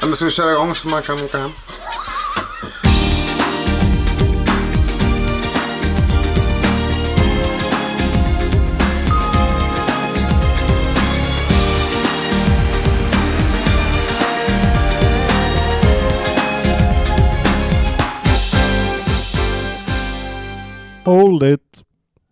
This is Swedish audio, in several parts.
Ja, men ska vi köra igång så man kan åka hem? Hold it.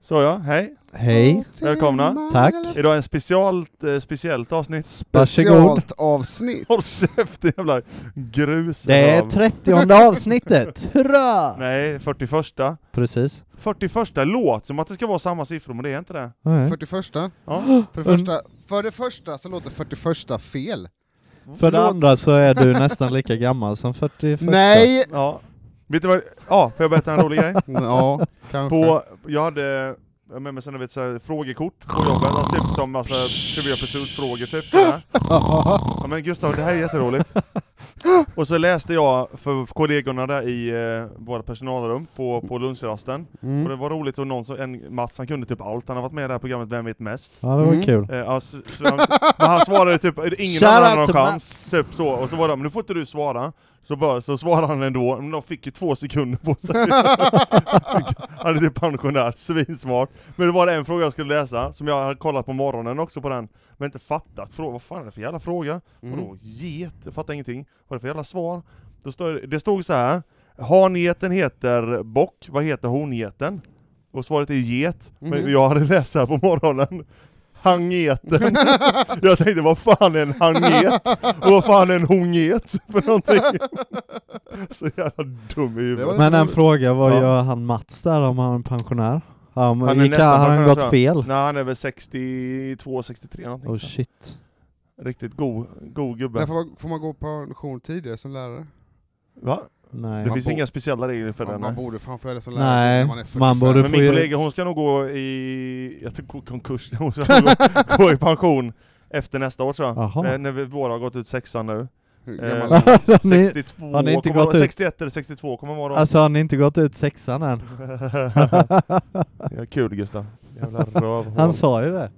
Så ja, hej. Hej. Välkomna. Tack. Idag är ett speciellt, eh, speciellt avsnitt. Varsågod. avsnitt. Håll käften jävla grus. Det är Av- 30 avsnittet. Hurra! Nej, 41. Precis. 41 låt, som att det ska vara samma siffror, men det är inte det. Nej. 41. Ja. För det första, för det första så låter 41 fel. För det Låt- andra så är du nästan lika gammal som 41. Nej! ja. Vet du vad, ja, får jag berätta en rolig grej? Ja, kanske. På, jag hade jag har med mig sådana vet, så här, frågekort på jobbet, och typ som alltså, Trivia Pursuit-frågor typ sådär. Ja men Gustav, det här är jätteroligt. Och så läste jag för kollegorna där i eh, våra personalrum på, på lunchrasten, och Mm. det var roligt och någon som, en Mats, han kunde typ allt, han har varit med i det här programmet Vem vet mest? Ja, det var Mm. kul. Eh, ja, s- så han, men han svarade typ, ingen Shout annan out hade någon to chans, typ så, och så var det, men nu får inte du svara. Så, bara, så svarade han ändå, men de fick ju två sekunder på sig. han är typ pensionär, svinsmart. Men det var det en fråga jag skulle läsa, som jag hade kollat på morgonen också på den, men inte fattat. Frå- vad fan är det för jävla fråga? Mm. Vadå get? Jag fattar ingenting. Vad är det för jävla svar? Då stod, det stod så här. Hangeten heter bock, vad heter hongeten? Och svaret är get, Mhm. men jag hade läst här på morgonen. Hangeten. jag tänkte vad fan är en hanget? Och vad fan är en honget för någonting? så jävla dum i Det var huvudet. lite Men en roligt. fråga, vad Ja. gör han Mats där om han är pensionär? Han, Han är gick, nästan har han pensionär, gått fel? Nej han är väl 62, 63 någonting. Oh shit. Riktigt god, god Nej, gubbe. får, man, får man gå på pension tidigare som lärare? Va? Nej. Det Man finns bor- inga speciella regler för Man, den. man nej. borde fan få göra det som lärare Nej, när man är 45. man borde Men få min ju- kollega hon ska nog gå i jag tror, gå i konkurs, hon ska nog gå, gå i pension efter nästa år tror jag. Jaha. Eh, när vi, våra har gått ut sexan nu. Hur Eh, gammal är man? Har ni- 62, har ni inte kommer gått de- ut? 61 eller 62 kommer vara då. Alltså har ni inte gått ut sexan än? Alltså- ja, kul Gustav. Jävla rövhål. Han sa ju det.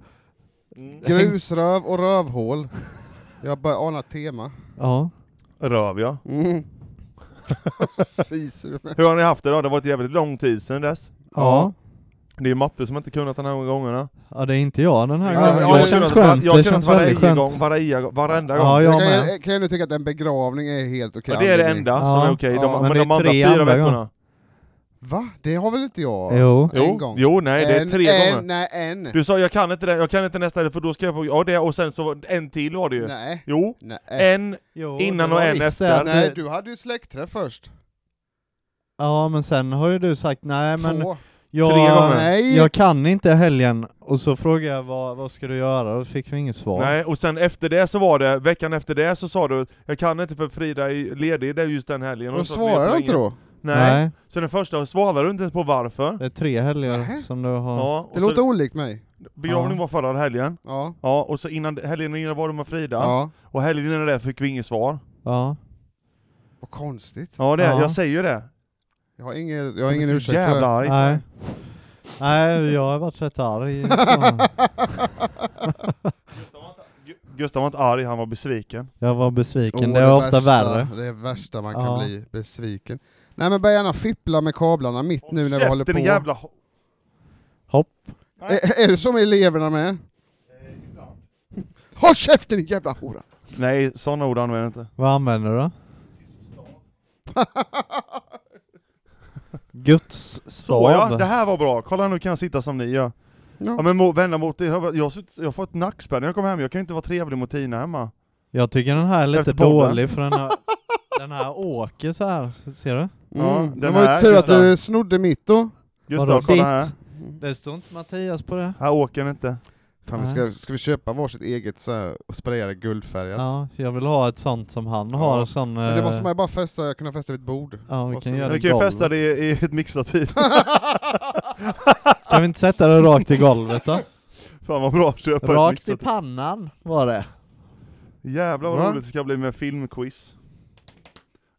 Mm. Grusröv och rövhål. Jag börjar ana ett tema. Ja. Röv ja. Mm. Så Fiser du med? Hur har ni haft det då? Det har varit jävligt lång tid sedan dess. Ja. Det är ju matte som inte kunnat den här gångerna. Ja, det är inte jag den här Ja, gången. men jag det har känns kunnat, skönt. jag har Det kunnat känns varje väldigt skönt. gång, varje, varenda gång. Ja, jag kan, med. jag, kan jag nu tycka att en begravning är helt okej. Ja, det är det enda som Ja. är okej. Ja, De, men men det är de andra tre fyra andra veckorna. Va? Det har väl inte jag? Jo. En Jo, gång. jo, nej det är en, tre en, gånger. Nej, en. Du sa jag kan inte det, jag kan inte nästa del, för då ska jag på, ja det och sen så var- en till var det ju. Nej. Jo, Nej. Eh. en, Jo, Innan det och var en visst efter. det att nej, du- du hade ju släktträff först. Ja, men sen har ju du sagt nej men Två. jag, Tre gånger. Nej. jag kan inte helgen och så frågade jag vad, vad ska du göra och då fick vi inget svar. nej och sen efter det så var det, veckan efter det så sa du jag kan inte för Frida är ledig det är just den helgen. De Och så var det med svarade på inte ingen- då. Nej. Nej, Så den första svarade du inte ens på varför. det är tre helger Nähä. som du har. Ja, och Det så låter olikt mig. begravning Ja. var förra helgen. Ja. Ja, och så innan, helgen innan var du med Frida. Ja. Och helgen innan det fick vi inget svar. Ja. Vad konstigt. Ja, det, Ja. jag säger ju det. Jag har ingen, jag Jag har är ingen så ursäkt för jävla det. arg. Nej. nej, jag har varit rätt arg. Ja. Gustav var inte arg, han var besviken. Jag var besviken, Åh, det är ofta värsta, värre. Det är värsta man Ja. kan bli, besviken. Nej men börja gärna fippla med kablarna mitt nu när vi håller på. Käften, jävla... ho- Hopp. Är, är det som eleverna Eh, med? Håll käften din jävla hora! Nej, sådana ord använder jag inte. Vad använder du då? Guds Så ja, stav. det här var bra. Kolla nu kan jag sitta som ni gör. Ja Mm. men mo- vända mot er. Jag har- jag har, suttit- jag har fått nackspärr när jag kom hem, jag kan ju inte vara trevlig mot Tina hemma. Jag tycker den här är lite Efter podden. dålig för den här, den här åker så här. Så- Ser du? Ja, Mm. det den var här, ju tur just att du snodde mitt då. Gustav, Vadå, kolla ditt? här. Det står inte Mattias på det. Här åker den inte. Fan, vi ska, ska vi köpa varsitt eget så här, och spraya det guldfärgat? Ja, jag vill ha ett sånt som han har. Ja, Sån, Men det måste eh, man ju bara fästa, kunna fästa vid ett bord. ja, vi måste kan man- göra Du det kan ju golvet. fästa det i, i ett mixtativ. Kan vi inte sätta det rakt i golvet då? Fan vad bra, köpa ett Rakt i mixtativ. pannan var det. Jävlar vad Va? roligt det ska bli med filmquiz.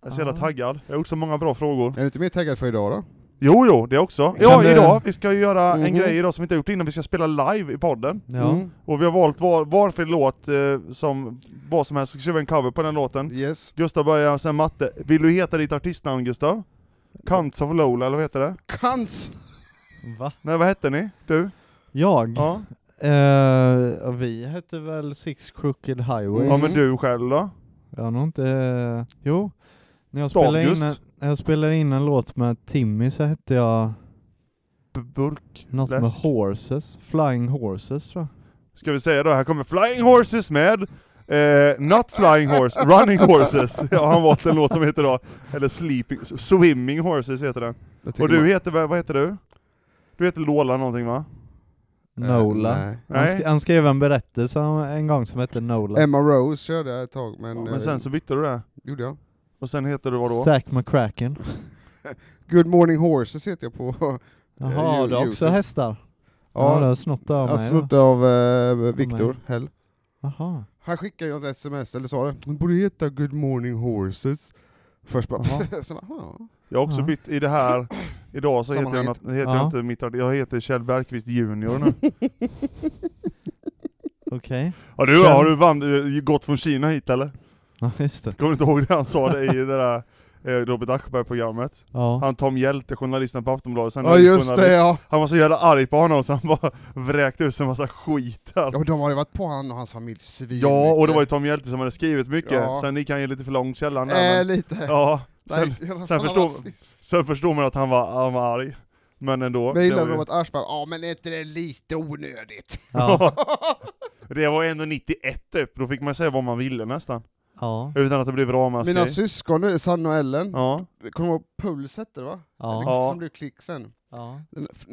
Jag är så jävla Ja. Ah. taggad. Jag har gjort så många bra frågor. Är du inte mer taggad för idag då? Jo, jo, det också. Ja, Kan du- idag. Vi ska ju göra en Mhm. grej idag som vi inte har gjort innan. Vi ska spela live i podden. Ja. Mm. Och vi har valt var, varför låt eh, som vad som helst. Ska skriva en cover på den låten. Yes. Gustav börjar, sen Matte. Vill du heta ditt artistnamn Gustav? Kants of Lola, eller vad heter det? Kans! Va? Nej, vad hette ni? Du? Jag? Ja. Eh, vi hette väl Six Crooked Highways? Mm. Ja men du själv då? Jag har nog inte... eh, jo. När jag, Stavgust. spelade in en, när jag spelade in en låt med Timmy så hette jag B- Burk? något med Läsk. Horses. Flying Horses tror jag. Ska vi säga då, här kommer Flying Horses med eh, Not Flying Horse, Running Horses. Ja, han valt en låt som heter då, eller Sleeping, Swimming Horses heter den. Jag tycker Och du man- heter, vad vad heter du? Du heter Lola någonting va? Eh, Nola. nej. han, Nej? sk- han skrev en berättelse om- en gång som hette Nola. Emma Rose körde jag ett tag, men, Ja, eh, men sen så bytte du det. gjorde jag. Och sen heter du vadå? Zack McCracken. Good Morning Horses heter jag på. Jaha, ju- du har också YouTube. hästar? Ja, du Ja, har snott av jag mig. då. snodde av eh, Viktor Hell. Jaha. Han skickade ju ett sms, eller sa det, "Den borde heta Good Morning Horses. Först bara, Jaha. sen, bara, "Ja." Jag har också Ja. bytt i det här, idag så heter, jag, Sammanhanget. något, heter Ja. jag inte mitt art- jag heter Kjell Bergqvist Junior nu. Okej. Ja du, Kjell- har du vand- eh, gått från Kina hit eller? Ja, just det. Kommer du inte ihåg det han sa det i det där eh, Robert Aschberg-programmet? Ja. Han Tom Hjälte, journalisten på Aftonbladet, sen ja just det ja. Han var så jävla arg på honom så han bara vräkte ut sig en massa skit här. ja men de har ju varit på han och hans familj svin Ja, och det var ju Tom Hjälte som hade skrivit mycket, Ja. sen gick han ju lite för långt källan där, Äh, men, lite. ja, sen, Nej, jävla sen sån förstår- rasist. sen förstår man att han var, han var arg. Men ändå. Men jag gillar det, var, Robert Aschberg, ja men är inte det lite onödigt? Ja. ju- det var ändå 91 typ, då fick man säga vad man ville nästan. Ja. Utan att det blev ramaskri. Mina syskon nu, Sanna och Ellen, Ja. kommer du ihåg Puls hette det va? Ja. Eller Ja. Som blev klick sen. Ja. Den f-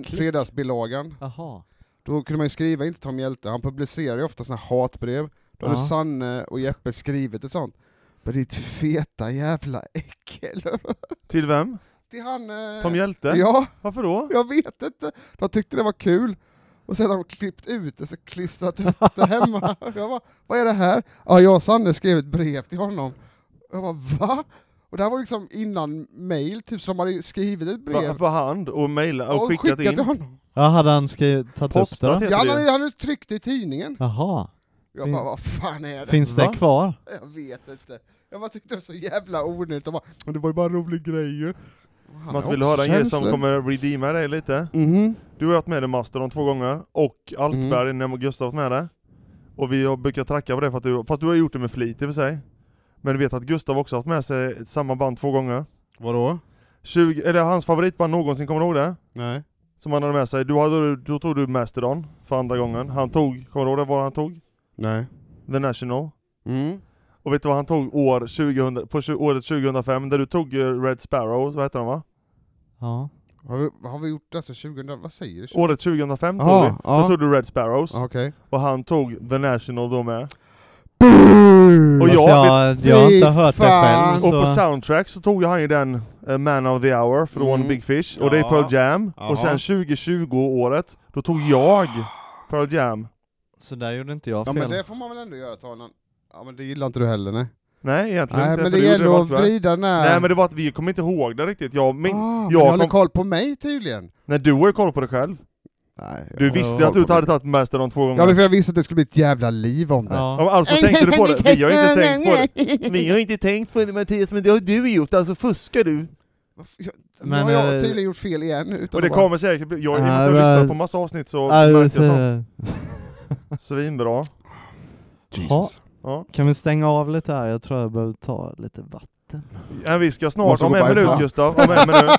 Fredagsbilagan. Jaha. Då kunde man ju skriva inte Tom Hjälte, han publicerar ju ofta såna här hatbrev. Då hade Ja. Sanne och Jeppe skrivit ett sånt. Men ditt feta jävla äckel. Till vem? Till han... eh, Tom Hjälte? Ja, Varför då? jag vet inte. De tyckte det var kul. Och sen har de klippt ut det, så klistrat upp det hemma. Och Jag bara, vad är det här? Ja, jag och Sanne skrev ett brev till honom. Och jag bara, va? Och det här var liksom innan mail, typ, så de hade ju skrivit ett brev. För, för hand och mejla och och skickat skickat till in? honom. Ja, hade han skrivit, tagit upp det Postat då? heter Ja, han det ju. hade, han hade tryckt det i tidningen. Jaha. Jag Fin- bara, vad fan är det? Finns det Va? kvar? Jag vet inte. Jag bara tyckte det var så jävla onödigt. De bara, men det var ju bara en rolig grej ju. Och han Matte, har vill du också höra en grej som känslor. kommer redeema dig lite? Mhm. Du har varit med i Mastodon två gånger, och Alkberg Mm. när Gustav har varit med dig. Och vi har brukar tracka på det, för att du, fast du har gjort det med flit i och för sig. Men du vet att Gustav också har haft med sig samma band två gånger. Vadå? 20, eller hans favoritband någonsin, kommer du ihåg det? Nej. Som han hade med sig. Du hade, då tog du Mastodon för andra gången. Han tog, kommer du ihåg det, vad han tog? Nej. The National. Mm. Och vet du vad han tog år 2000, på tju- året 2005? Där du tog eh, Red Sparrow, vad heter han va? Ja. Har vi, har vi gjort alltså 2000, vad säger du? Året 2005 tog Jaha, vi. ja. Då tog du Red Sparrows. Ja, Okej. Och han tog The National då med. Och Och jag, jag jag, jag har inte Fy hört det fan. själv Och på så... soundtrack så tog han ju den eh, Man of the Hour från Mm. Big Fish, och det är Ja. Pearl Jam. Jaha. Och sen 2020-året, då tog jag Pearl Jam. Så där gjorde inte jag Ja fel. men det får man väl ändå göra Tanan. Ja men det gillar inte du heller nej. Nej egentligen Nej inte, men för det gjorde gäller att bara, va? vrida den här... Nej men det var att vi kom inte ihåg det riktigt, jag min... ah, jag jag håller kom- koll på mig tydligen. Nej du har ju koll på det själv. Nej, jag Du har visste koll ju att du på mig. hade tagit Mastodon två gånger. Ja men för jag visste att det skulle bli ett jävla liv om det. Ja. Ja, men alltså tänkte du på det? Vi har inte tänkt på det. Vi har inte tänkt på det Mattias, men det har du gjort, alltså fuskar du? Varför- Jag, Men, men, har jag eh, tydligen gjort fel igen. Utan Och det att bara- kommer säkert bli, jag, i och med Nej, att jag men- lyssnat på massa avsnitt så Ja, märker jag det- sånt. Svinbra. Jesus. Ja. Kan vi stänga av lite här? Jag tror jag behöver ta lite vatten. Ja, vi ska snart, Måste om gå en bajsa. minut Gustav, om en minut. Är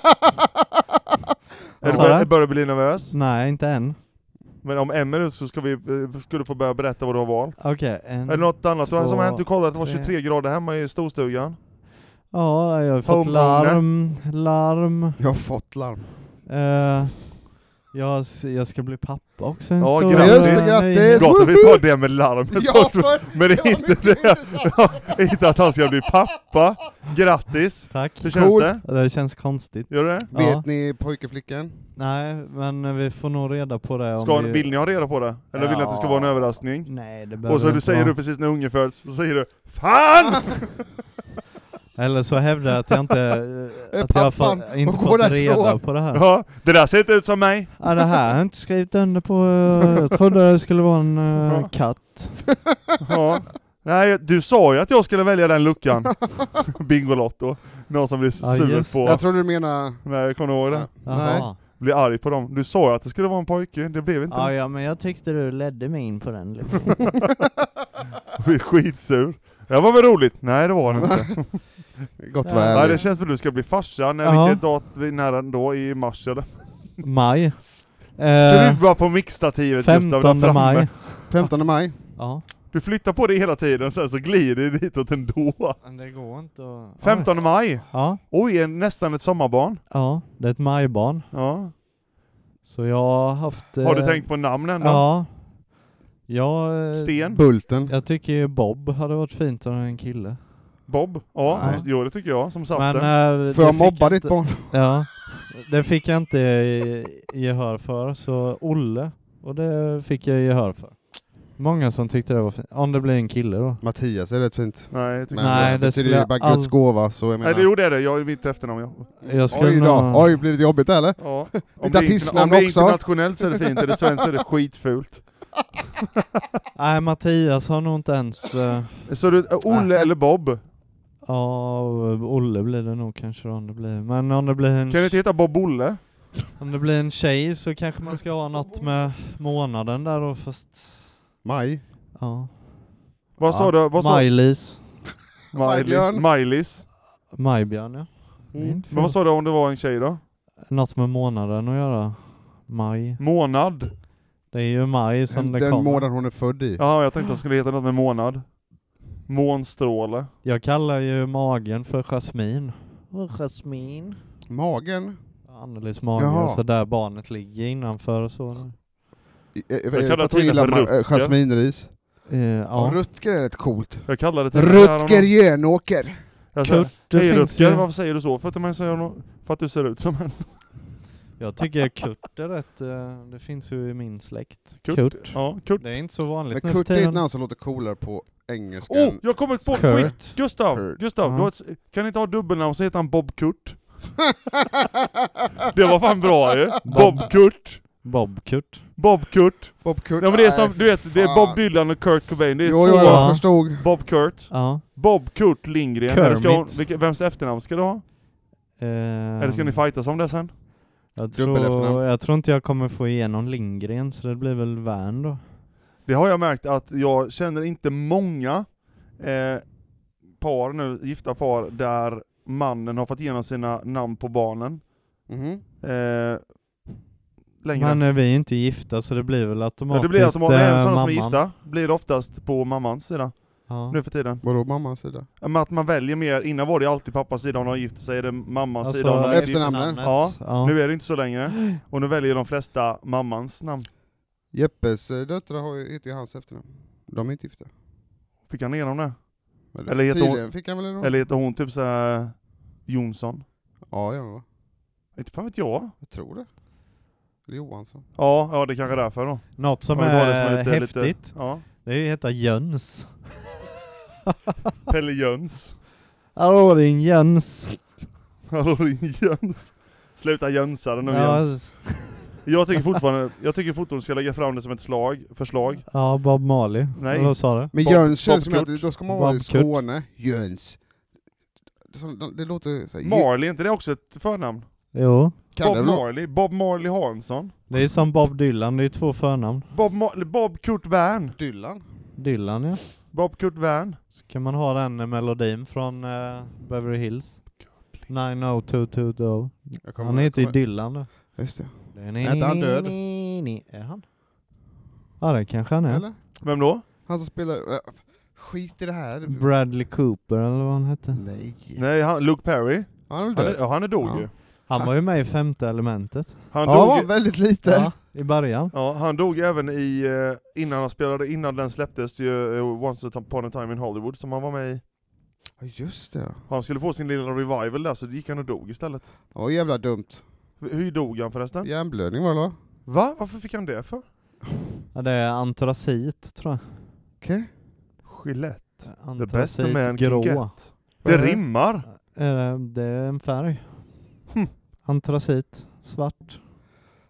Vad du sa bör- du? börjar bli nervös? Nej, inte än. Men om en minut så ska, vi, eh, ska du få börja berätta vad du har valt. Okej, en... Är det något annat Två, som har hänt? Du kollade att det var tre. 23 grader hemma i storstugan. Ja, jag har fått Homeowner. larm, larm. Jag har fått larm. Eh, jag, s- jag ska bli pappa också en Ja, stor grattis. anledning. Just det, grattis. Gott vi tar det med larmet Ja, först. för, Men det är inte det. inte att han ska bli pappa. Grattis! Tack. Hur känns Coolt. det? Det känns konstigt. Gör det? Ja. Vet ni pojkeflickan? Nej, men vi får nog reda på det om Ska, vi... vill ni ha reda på det? Eller vill ni att det ska vara en Ja. överraskning? Nej, det behöver Och så inte du säger vara. du precis när ungen föds, så säger du FAN! Eller så hävdar jag att jag inte, Är att jag har pappan fått- inte och går fått därifrån. reda på det här. Ja, det där ser inte ut som mig. Ja, det här har jag inte skrivit under på. Jag trodde det skulle vara en eh, Ja. katt. Ja. Nej, du sa ju att jag skulle välja den luckan. Bingolotto. Någon som blir Ja, sur just på... Jag tror du menar... Nej, jag kommer ihåg det. Nej. Jaha. Blir arg på dem. Du sa ju att det skulle vara en pojke, det blev inte Ja, det. ja, men jag tyckte du ledde mig in på den. Liksom. Blir skitsur. Det var väl roligt? Nej det var det inte. Gott Ja. var Nej, det ärligt. känns som att du ska bli farsa, när Ja. vilket dag vi är nära då? I mars eller? Maj. Eh, Skruva på mixstativet Gustav där 15 framme. maj. 15 maj. Ja. Du flyttar på det hela tiden, sen så glider det ditåt ändå. Men det går inte att... 15 maj! Ja, Oj, en- nästan ett sommarbarn. ja, det är ett majbarn. Ja. Så jag har haft... eh, Har du tänkt på namn ändå? Ja. Jag, eh, Sten? Bulten. jag tycker ju Bob hade varit fint om det var en kille. Bob? Ja, Nej. som, jo det tycker jag, som saften. Men, eh, Får det jag fick mobba ditt inte- barn? Ja. Det fick jag inte eh, gehör för, så Olle. Och det fick jag gehör för. Många som tyckte det var fint. Om det blir en kille då. Mattias är rätt fint. eh, Nej, jag tycker Nej, inte det. det betyder skulle ju bara jag Guds ald- gåva, så jag menar... Nej, det, jo det är det, jag är mitt efternamn ja. Jag skulle Oj då, nog- oj blir det jobbigt eller? ja. Om, Mitt det är, interna- artistnamn om det är också. internationellt så är det fint, är det svenskt så är det skitfult. Nej, Mattias har nog inte ens... eh, Så du, Olle Nej. eller Bob? Ja, Olle blir det nog kanske då, om det blir. Men om det blir en, Kan du inte heta Bob Olle? om det blir en tjej så kanske man ska ha något med månaden där då fast... Maj. Ja. Vad sa Ja. du? Vad sa Maj-Lis. Maj-Lis. Maj-Björn. Maj-Lis. Majbjörn ja. Det är Mm. inte Men vad fel. sa du om det var en tjej då? Något med månaden att göra. Maj. Månad? Det är ju maj som det Den kommer. månad hon är född i. Ja, jag tänkte att det skulle heta något med månad. Månstråle. Jag kallar ju magen för jasmin. Jasmin? Magen? Annelies mage, Jaha. alltså där barnet ligger innanför och så. Jag kallar tiden för Rutger. Jasminris. Eh, Ja. ja. Rutger är rätt coolt. Jag kallade det Rutger Jönåker. Jag säger, Kurt, det Hej finns Rutger, ju. varför säger du så? För att, man säger no- för att du ser ut som en Jag tycker Kurt är rätt, eh, det finns ju i min släkt. Kurt. Kurt. Ja, Kurt. Det är inte så vanligt Men nu för Kurt är ett tiden. namn som låter coolare på engelska. Oh, än- jag kommer på Kurt. skit! Gustav, Kurt. Gustav, Ja. du har ett, kan inte ha dubbelnamn så heter han Bob Kurt. Det var fan bra ju! Bob Kurt. Bob Kurt. Bob Kurt. Bob Kurt. Ja men det är som, Nej, du vet, det är fan. Bob Dylan och Kurt Cobain. Det är Jo, jo, två jag Ja. förstod. Bob Kurt. Ja. Bob Kurt Lindgren. Eller Ska hon, Kermit. vilka, vems efternamn ska du ha? Eller ska ni fightas om det sen? Ehm, jag Dubbelefternamn. tror, jag tror inte jag kommer få igenom Lindgren, så det blir väl Wern då. Det har jag märkt att jag känner inte många eh, par nu, gifta par, där mannen har fått igenom sina namn på barnen. Mhm. Eh, längre. Men eh, vi är inte gifta, så det blir väl Ja, automatiskt det blir alltså, eh, även sådana som mamman. är gifta blir det oftast på mammans sida Ja. nu för tiden. Vadå mammans sida? Ja, Men att man väljer mer, innan var det alltid pappas sida om de gift sig, är det mammans sida om de är inte efternamn. gift efternamnet. Ja, Alltså, ja. sig. Nu är det inte så längre. Och nu väljer de flesta mammans namn. Jeppes eh, döttrar har ju, heter ju hans efternamn. De är inte gifta. Fick han igenom det? Eller heter hon- Tydligen fick han väl det då? Eller heter hon typ såhär Jonsson? Ja, ja, va? Inte fan vet jag. jag tror det. Eller Johansson. Ja, ja det kanske är därför då. Något som Om vi tar är, det som är lite- häftigt, lite- Ja. det är ju heta Jöns. Pelle Jöns. Hallå din Jöns. Hallå din Jöns. Sluta jönsa den nu Jöns. Jag tycker fortfarande, jag tycker fortfarande du ska lägga fram det som ett slag, förslag. ja, Bob Marley. Nej. Vad sa du? Men Bob- Jöns känns Bob som att Kurt. då ska man vara i Bob Kurt. Skåne. Jöns. Det, som- det låter såhär... Marley, är inte det också ett förnamn? Jo. Bob Marley, Bob Marley Hansson. Det är som Bob Dylan, det är ju två förnamn. Bob, Mar- Bob Kurt Wern. Dylan? Dylan ja. Bob Kurt Wern. Så kan man ha den eh, melodin från eh, Beverly Hills. 90220. Jag Han heter ju jag Dylan då. Just det. Är inte han död? Är han? Ja det kanske han är. Eller? Vem då? Han som spelar... eh, Skit i det här. typ- Bradley Cooper eller vad han hette. Nej. Nej, han, Luke Perry. Han är väl Han, död? är- ja, han är dog Ja. ju. Han var ju med i femte elementet. Han Ja, dog, var väldigt lite. Ja, I början. ja, han dog även i, eh, innan han spelade, innan den släpptes ju eh, Once upon a time in Hollywood som han var med i. Ja, just det. Han skulle få sin lilla revival där så gick han och dog istället. Det var jävla dumt. Hur dog han förresten? Hjärnblödning var det va? Va? Varför fick han det för? Ja, det är antracit tror jag. Okej. Gillette. The best Antracit a man can grå. get. Det rimmar! Är det, det är en färg. Hm. Antracit, svart.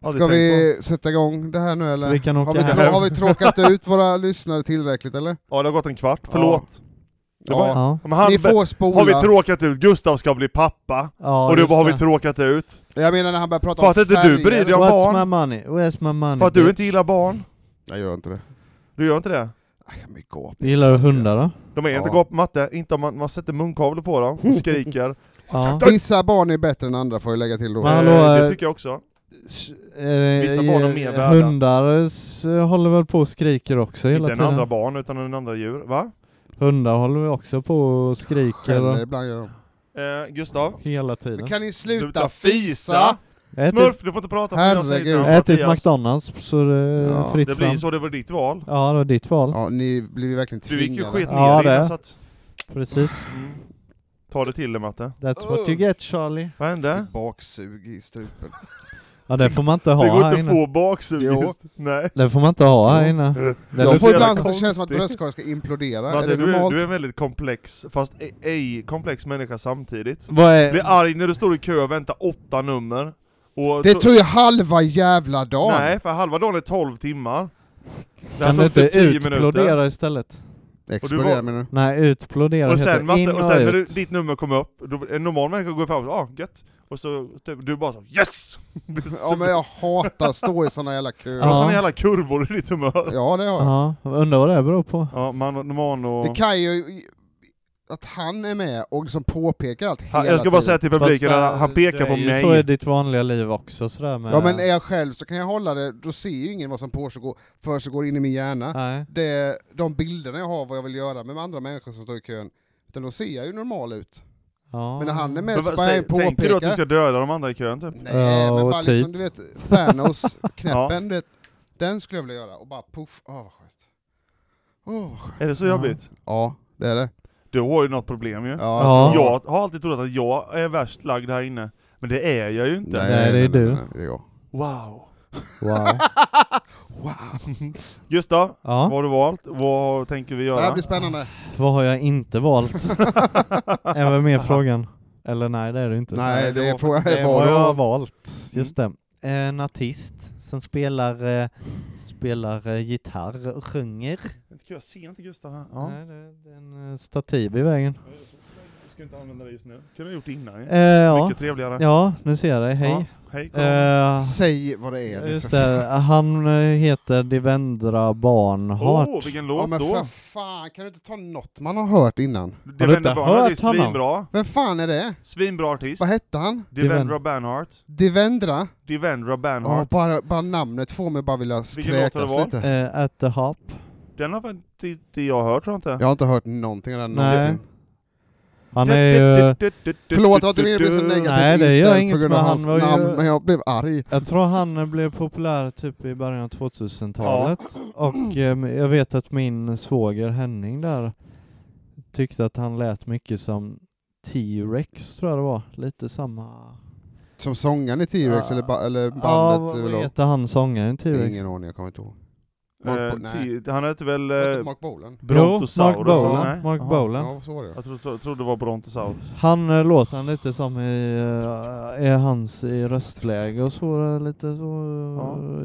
Aldrig Ska tänkt vi sätta igång det här nu eller? Så vi kan åka har, vi, hem. trå- har vi tråkat ut våra lyssnare tillräckligt eller? på. Ja det har gått en kvart, förlåt. Det är bara- Ja. Men han, Ni får spola. har vi tråkat ut, Gustav ska bli pappa. ja och du just bara, har vi det. tråkat ut? Jag menar när han börjar prata Fattar om inte du färger. bryr dig om- barn. What's my money? Where's my money? För att du bitch? inte gillar barn? Jag gör inte det. Du gör inte det? Aj, men gå. Gillar du hundar då? De är inte Ja. goda på matte, inte om man, man sätter munkavle på dem och skriker. Ja. Vissa barn är bättre än andra får jag lägga till då. Men hallå, eh, eh, det tycker jag också. Eh, Vissa barn är mer värda. Hundar s- eh, håller väl på och skriker också hela Inte en tiden. andra barn utan en andra djur. Va? Hundar håller väl också på och skriker Skäller och- ibland gör de. Eh, Gustav? hela Men tiden. kan ni sluta, Sluta fisa? fisa! Ätit, Smurf, du får inte prata med jag säger Herregud. namn, ätit Mattias. McDonalds så det är Ja. fritt Det fram. blir så, det var ditt val. Ja, det var ditt val. Ja, ni blir ju verkligen Du gick ju tvingade. skit ner Ja, dig innan, det. så att... Precis. Mm. Ta det till dig Matte. That's what Oh. you get Charlie. Vad hände? Baksug i strupen. Ja, det får man inte Det ha går här inte inne. att få baksug Jo. just. Nej. Det får man inte ha här Jo. inne. Det Jag Jag luktar- får jävla ibland att det känns som att konstigt. bröstkorgen ska implodera. är Matte, det du är, normalt? du är en väldigt komplex, fast ej- ej komplex människa samtidigt. Mm. Vad Blir är... arg när du står i kö och väntar åtta nummer. Och Det to- tog ju halva jävla dagen! Nej, för halva dagen är 12 timmar. Det här Kan du inte tog typ 10 minuter. utplodera istället? Exploderar var- menar du? Nej, utplodera Och sen, heter det. In matte, och sen när och du, ut. ditt nummer kommer upp, då, en normal människa går fram och säger ah, gött. Och så typ, du bara så yes! Det är Ja men jag hatar att stå i såna jävla köer. Du har Ja. såna jävla kurvor i ditt humör. Ja det har jag. Ja, undrar vad det beror på. Ja, man, man och... Det kan ju... Att han är med och liksom påpekar allt Han, hela jag ska bara säga tiden. till publiken Fast, att han eh, pekar det på är ju Så i mig. ditt vanliga liv också sådär med... Ja men är jag själv så kan jag hålla det, då ser ju ingen vad som pågår, för så går in i min hjärna. Nej. Det, de bilderna jag har vad jag vill göra med andra människor som står i kön, utan då ser jag ju normal ut. Ja. Men när han är med Men så vad- bara säg- jag Tänker du att du påpekar. ska döda de andra i kön typ? Nej Ja, men och bara liksom typ. du vet, Thanos-knäppen, du vet, den skulle jag vilja göra, och bara poff, åh vad skönt. Åh vad skönt. Är det så Ja. jobbigt? Ja, det är det. Du har ju något problem ju. Ja. tror Jag har alltid trott att jag är värst lagd här inne. Men det är jag ju inte. Nej, det är du. nej, det är jag. Wow. Wow. Gustav, vad Ja, har du valt? Vad tänker vi Det här göra? blir spännande. vad har jag inte valt? Är väl mer frågan? Eller nej, det är det inte. Nej, det är Mm. frågan det är vad vad du jag har har. valt. Just det. Eh, En artist som spelar, eh, spelar eh, gitarr och sjunger. Jag ser inte Gustav här. Ja. Nej, det det är en eh, stativ i vägen. Jag ska inte använda det just nu. kunde jag gjort det innan ju. Eh, ja. Mycket trevligare. ja, nu ser jag dig. Hej. Ja, Hej, kom. Eh, Säg vad det är nu just för fan. det. Han eh, heter Divendra Barnhart. Åh, vilken Ja låt men då! för fan, kan du inte ta något man har hört innan? Devendra inte Barnhart är hört honom? svinbra. Vem fan är det? Svinbra artist. Vad hette han? Devendra Bernhardt. Divendra? Devendra Ja, Bernhardt. bara, bara namnet får mig bara vilja Vilken låt har du kräkas valt? lite. Eh, at the Hop. Den har faktiskt inte jag hört tror jag inte. Jag har inte hört någonting av den Nej. någonsin. Han är ju... Förlåt att du blev så Nej, negativt det gör inställd inget, på grund av men hans han var ju- namn, men jag blev arg. Jag tror han blev populär typ i början av 2000-talet. Och eh, jag vet att min svåger Henning där tyckte att han lät mycket som T-Rex tror jag det var. Lite samma... Som sångaren i T-Rex Ja. eller, ba- eller Eh, bandet? ja, vad- eller vad vad? heter han sångaren i T-Rex? Ingen aning, jag kommer inte ihåg. Mark Bo- Eh, nej. ti- Han heter väl... Hette Eh, Mark Bolan? Brontosaurus? Mark Nej. Bolan. Mark Jaha. Bolan. Ja, så var det. jag trodde, tro- trodde det var Brontosaurus. Han eh, låter han lite som i, eh, är hans i röstläge och så eh, lite så.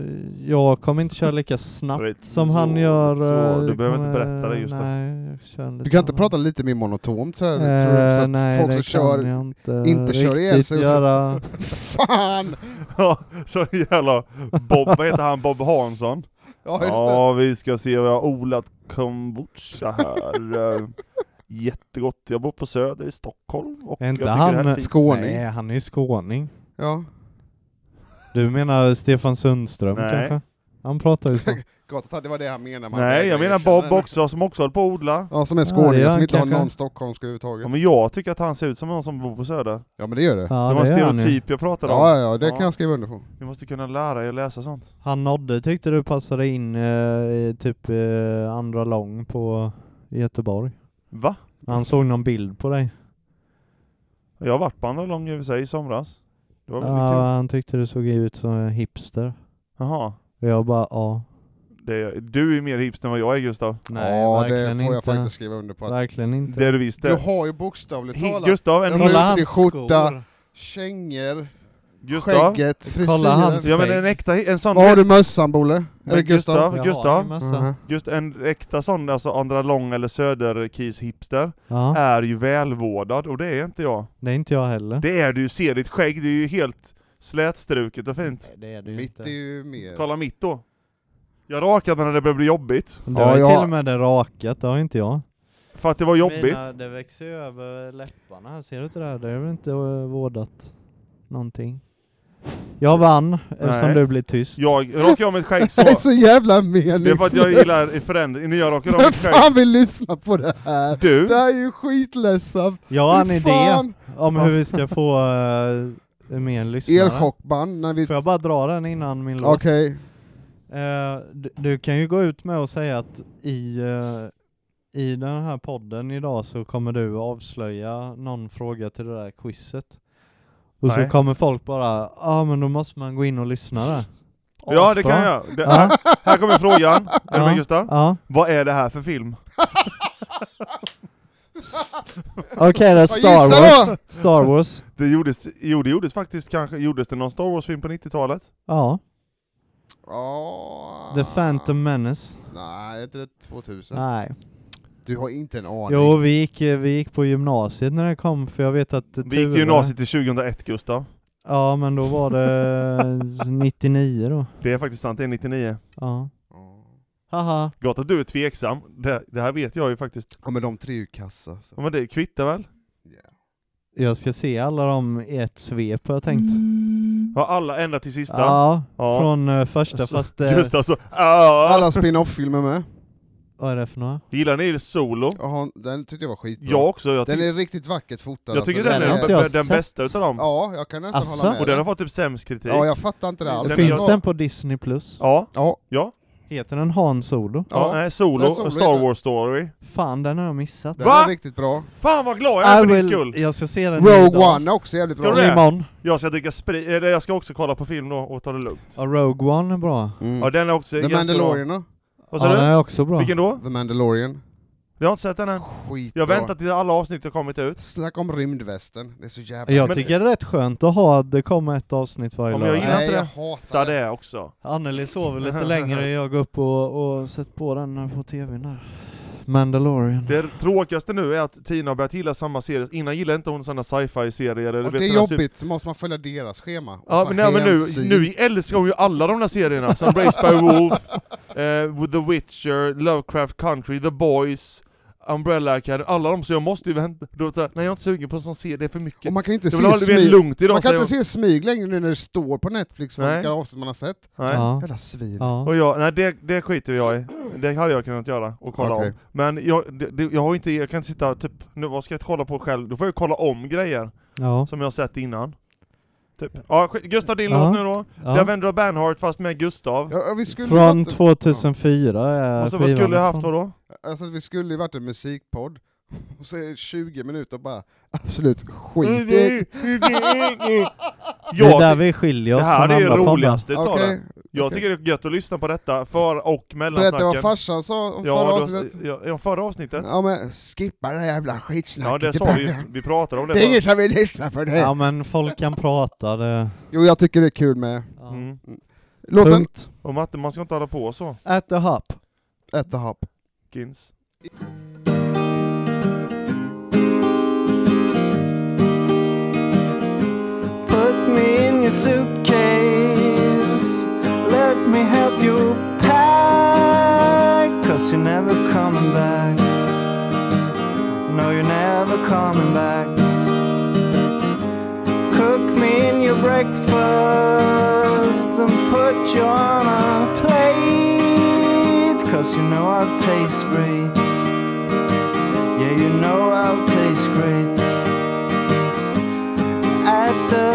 eh, Jag kommer inte köra lika snabbt Rätt som så, han gör. så. eh, Du jag behöver inte kommer- berätta det, just det. Nej, jag kör en Du lite kan inte annan. prata lite mer monotont sådär? Eh, tror du, så att nej, folk det som kan kör... jag inte inte kör ihjäl riktigt sig och så- göra. Fan! Ja, så jävla Bob, vad heter han? Bob Hansson? Ja, just det. Ja, vi ska se, vi har odlat kombucha här. Eh, Jättegott. Jag bor på Söder i Stockholm och Är inte jag tycker det här är han- fint. Skåning. Nej, han är ju skåning. Ja. Du menar Stefan Sundström Nej. kanske? Han pratar ju så. Gott att han- det var det han menade. man Nej, vägrar jag menar erkänna Bob det. liksom. också, som också håller på att odla. Ja, som är Ja, det skåning gör som han inte har kanske. någon stockholmsk Ja, överhuvudtaget. men jag tycker att han ser ut som någon som bor på Söder. Ja, men det gör det. Ja, det var en är han ju. stereotyp jag pratade om. Ja, ja, ja det kan Ja. jag skriva under på. Ni måste kunna lära er läsa sånt. Han nådde tyckte du passade in eh, i typ eh, andra lång på i Göteborg. Va? Han såg någon bild på dig. Jag har varit på Andra Lång i och för sig i somras. Det var väldigt Ja, kul. han tyckte du såg ut som en hipster. Jaha. Och jag bara ja. Det, du är mer hipster än vad jag är Gustav. Nej, ja, det verkligen får jag inte. faktiskt skriva under på. Att Verkligen inte. Det är du visst du det. har ju bokstavligt Hi- talat Gustav, en Jag hip- har Kolla ut i hans skjorta. skor. kängor, Gustav. skägget, Kolla hans- frisyren. Ja men en äkta, hi- en sån... Vad har du mössan Bolle? Men Eller Gustav? Gustav- Jag Gustav. har en massa. Mhm. Just en äkta sån, alltså andra lång eller söderkis hipster, Ja, är ju välvårdad och det är inte jag. det är inte jag heller. Det är du ju, ser ditt skägg, det är ju helt slätstruket och fint. det är Mitt är ju mer... Kolla mitt då. Jag rakade när det började bli jobbigt, Du Ja, har ju jag- till och med det rakat, det har inte jag. för att det var jobbigt. Mina, det växer ju över läpparna här, ser du inte det här? Det är väl inte eh, vårdat någonting. Jag vann eftersom Nej. du blev tyst. Jag rakade om ett skägg så. Det är så jävla liksom. Det är för att meningslöst! jag gillar förändring, när jag rakar om Vem mitt skägg. fan vill lyssna på det här? Du? Det här är ju skitledsamt! Jag har en Fy idé fan. om Ja. hur vi ska få uh, mer lyssnare. Elchockband när vi... Får jag bara dra den innan min låt? Okej, Eh, du, du kan ju gå ut med och säga att i, eh, i den här podden idag så kommer du avslöja någon fråga till det där quizet. Och Nej. så kommer folk bara, ja ah, men då måste man gå in och lyssna där. Ja det kan Asbra. jag göra. Det, Ja. här, här kommer frågan, är du Ja. med Gustav? Ja, Vad är det här för film? okej det är Star gissa Wars. Star Wars. Det gjordes, jo, det gjordes faktiskt kanske, gjordes det någon Star Wars-film på 90-talet? Ja, Ja. The Phantom Menace. Ah. Nej, inte det Ah, 2000? Nej. Du har inte en aning. Jo, vi gick, eh, vi gick på gymnasiet när det kom, för jag vet att... Vi gick gymnasiet till 2001 Gustav. Ja, men då var det 99 då. Det är faktiskt sant, det är 99. Ja. Ja. Haha. Gott att du är tveksam, det, det här vet jag ju faktiskt. Ja men de tre är ju kassa. Så. Ja, Men det kvittar väl? Ja. Jag ska se alla dem i ett svep har jag tänkt. Mm. Har alla ända till sista? Ja, Ja. från eh, första Så- fast eh, Gustav så, ah, Alla spin-off-filmer med. vad är det för några? Gillar ni Solo? Jaha, den tyckte jag var skitbra. Jag också, jag, ty- Den är riktigt vackert fotad. jag tycker alltså. den den har är inte b- jag b- den sett. bästa utav dem. Ja, jag kan nästan Asså? hålla med Och den har dig. fått typ sämst kritik. Ja, jag fattar inte det alls. Den Finns är- den på Disney plus? ja, Ja. Heter den Han Solo? ja, ja. nej, Solo, Den är Solo, Star heter- Wars story. Fan, den har jag missat. Den Va? är riktigt bra. Fan vad glad jag är för din skull! jag ska se den Rogue idag. One är också jävligt Ska bra. du det? Imorgon. Jag ska dricka sprit, eller jag ska också kolla på film då och ta det lugnt. Ja, Rogue One är bra. Mm. Ja den är också The ganska Mandalorian då? bra. Ja, Vad sa den du? är också bra. Vilken då? The Mandalorian. Jag har inte sett den än. Skitbra. Jag väntar tills alla avsnitt har kommit ut. Snacka om rymdvästen. Det är så jävla... Jag Men- tycker det är rätt skönt att ha att det kommer ett avsnitt varje Ja, men jag lördag. gillar Nej, inte jag det. hatar Det det. är också. Anneli sover lite längre, jag går upp och, och sätter på den på tvn där. Mandalorian. Det tråkigaste nu är att Tina har börjat gilla samma serie. Innan gillade inte hon sådana sci-fi-serier. eller Och vet det är sådana super- jobbigt, så måste man följa deras schema. och Ja ta men, nej, men nu, hänsyn. nu älskar hon ju alla de där serierna, som Raised by Wolf, eh, The Witcher, Lovecraft Country, The Boys, Umbrella Academy, alla de, så jag måste ju vänta. Då, så här, nej jag är inte sugen på en sån serie, det är för mycket. Och man kan inte Jag vill ha se det mer smyg. lugnt idag Man kan säger hon. inte se smyg längre nu när det står på Netflix Nej. vilka avsnitt man har sett. Nej. Ja. Jävla svin. ja. Och jag, nej det, det skiter jag i. Det hade jag kunnat göra och kolla Okej. om. Men jag, det, det- jag har inte, jag kan inte sitta typ, nu, vad ska jag kolla på själv? Då får jag kolla om grejer ja. som jag har sett innan. Typ. Ja, skit- Gustav din Ja. låt nu då. ja. Devendra Bernhardt fast med Gustav. Ja, ja, vi skulle Från varit, 2004 är och så Alltså, vad skulle jag haft från. då? alltså, vi skulle ju varit en musikpodd, och så är det 20 minuter bara absolut skit i. Det är där Jag, vi skiljer det oss här från är det andra poddar. roligaste utav Okej, det. Jag okej. tycker det är gött att lyssna på detta, för och berätta vad mellansnacken. farsan sa om förra Ja, avsnittet. du, ja, ja, förra avsnittet. Ja men skippa det jävla Ja, skitsnacket det i sa vi ju, början. vi pratade om det. Det är förra- ingen som vill lyssna på det. Ja men folk kan prata, det... Jo jag tycker det är kul med. Ja. Mm. Låten Punkt. Och Matte, man ska inte hålla på så. At the hop. Äta happ. Kins. Put me in your suitcase. Let me help you pack. Cause you're never coming back. No, you're never coming back. Cook me in your breakfast and put you on a plate. Cause you know I'll taste great. Yeah, you know I'll taste great at the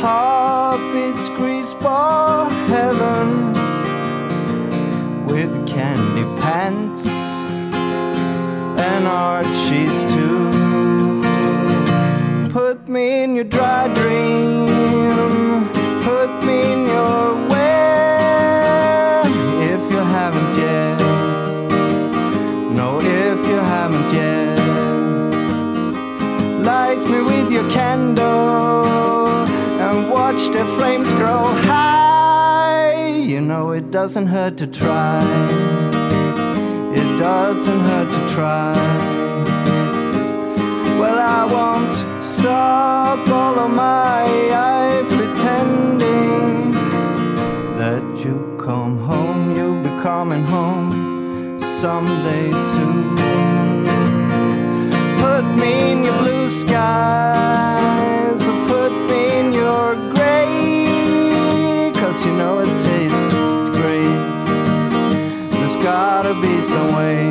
hop, it's greaseball heaven with candy pants and Archie's too. Put me in your dry dream, put me in your wet if you haven't doesn't hurt to try. It doesn't hurt to try. Well, I won't stop all of my pretending that you come home, you'll be coming home someday soon. Put me in your blue skies, or put me in your gray, cause you know it tastes great. There's gotta be some way.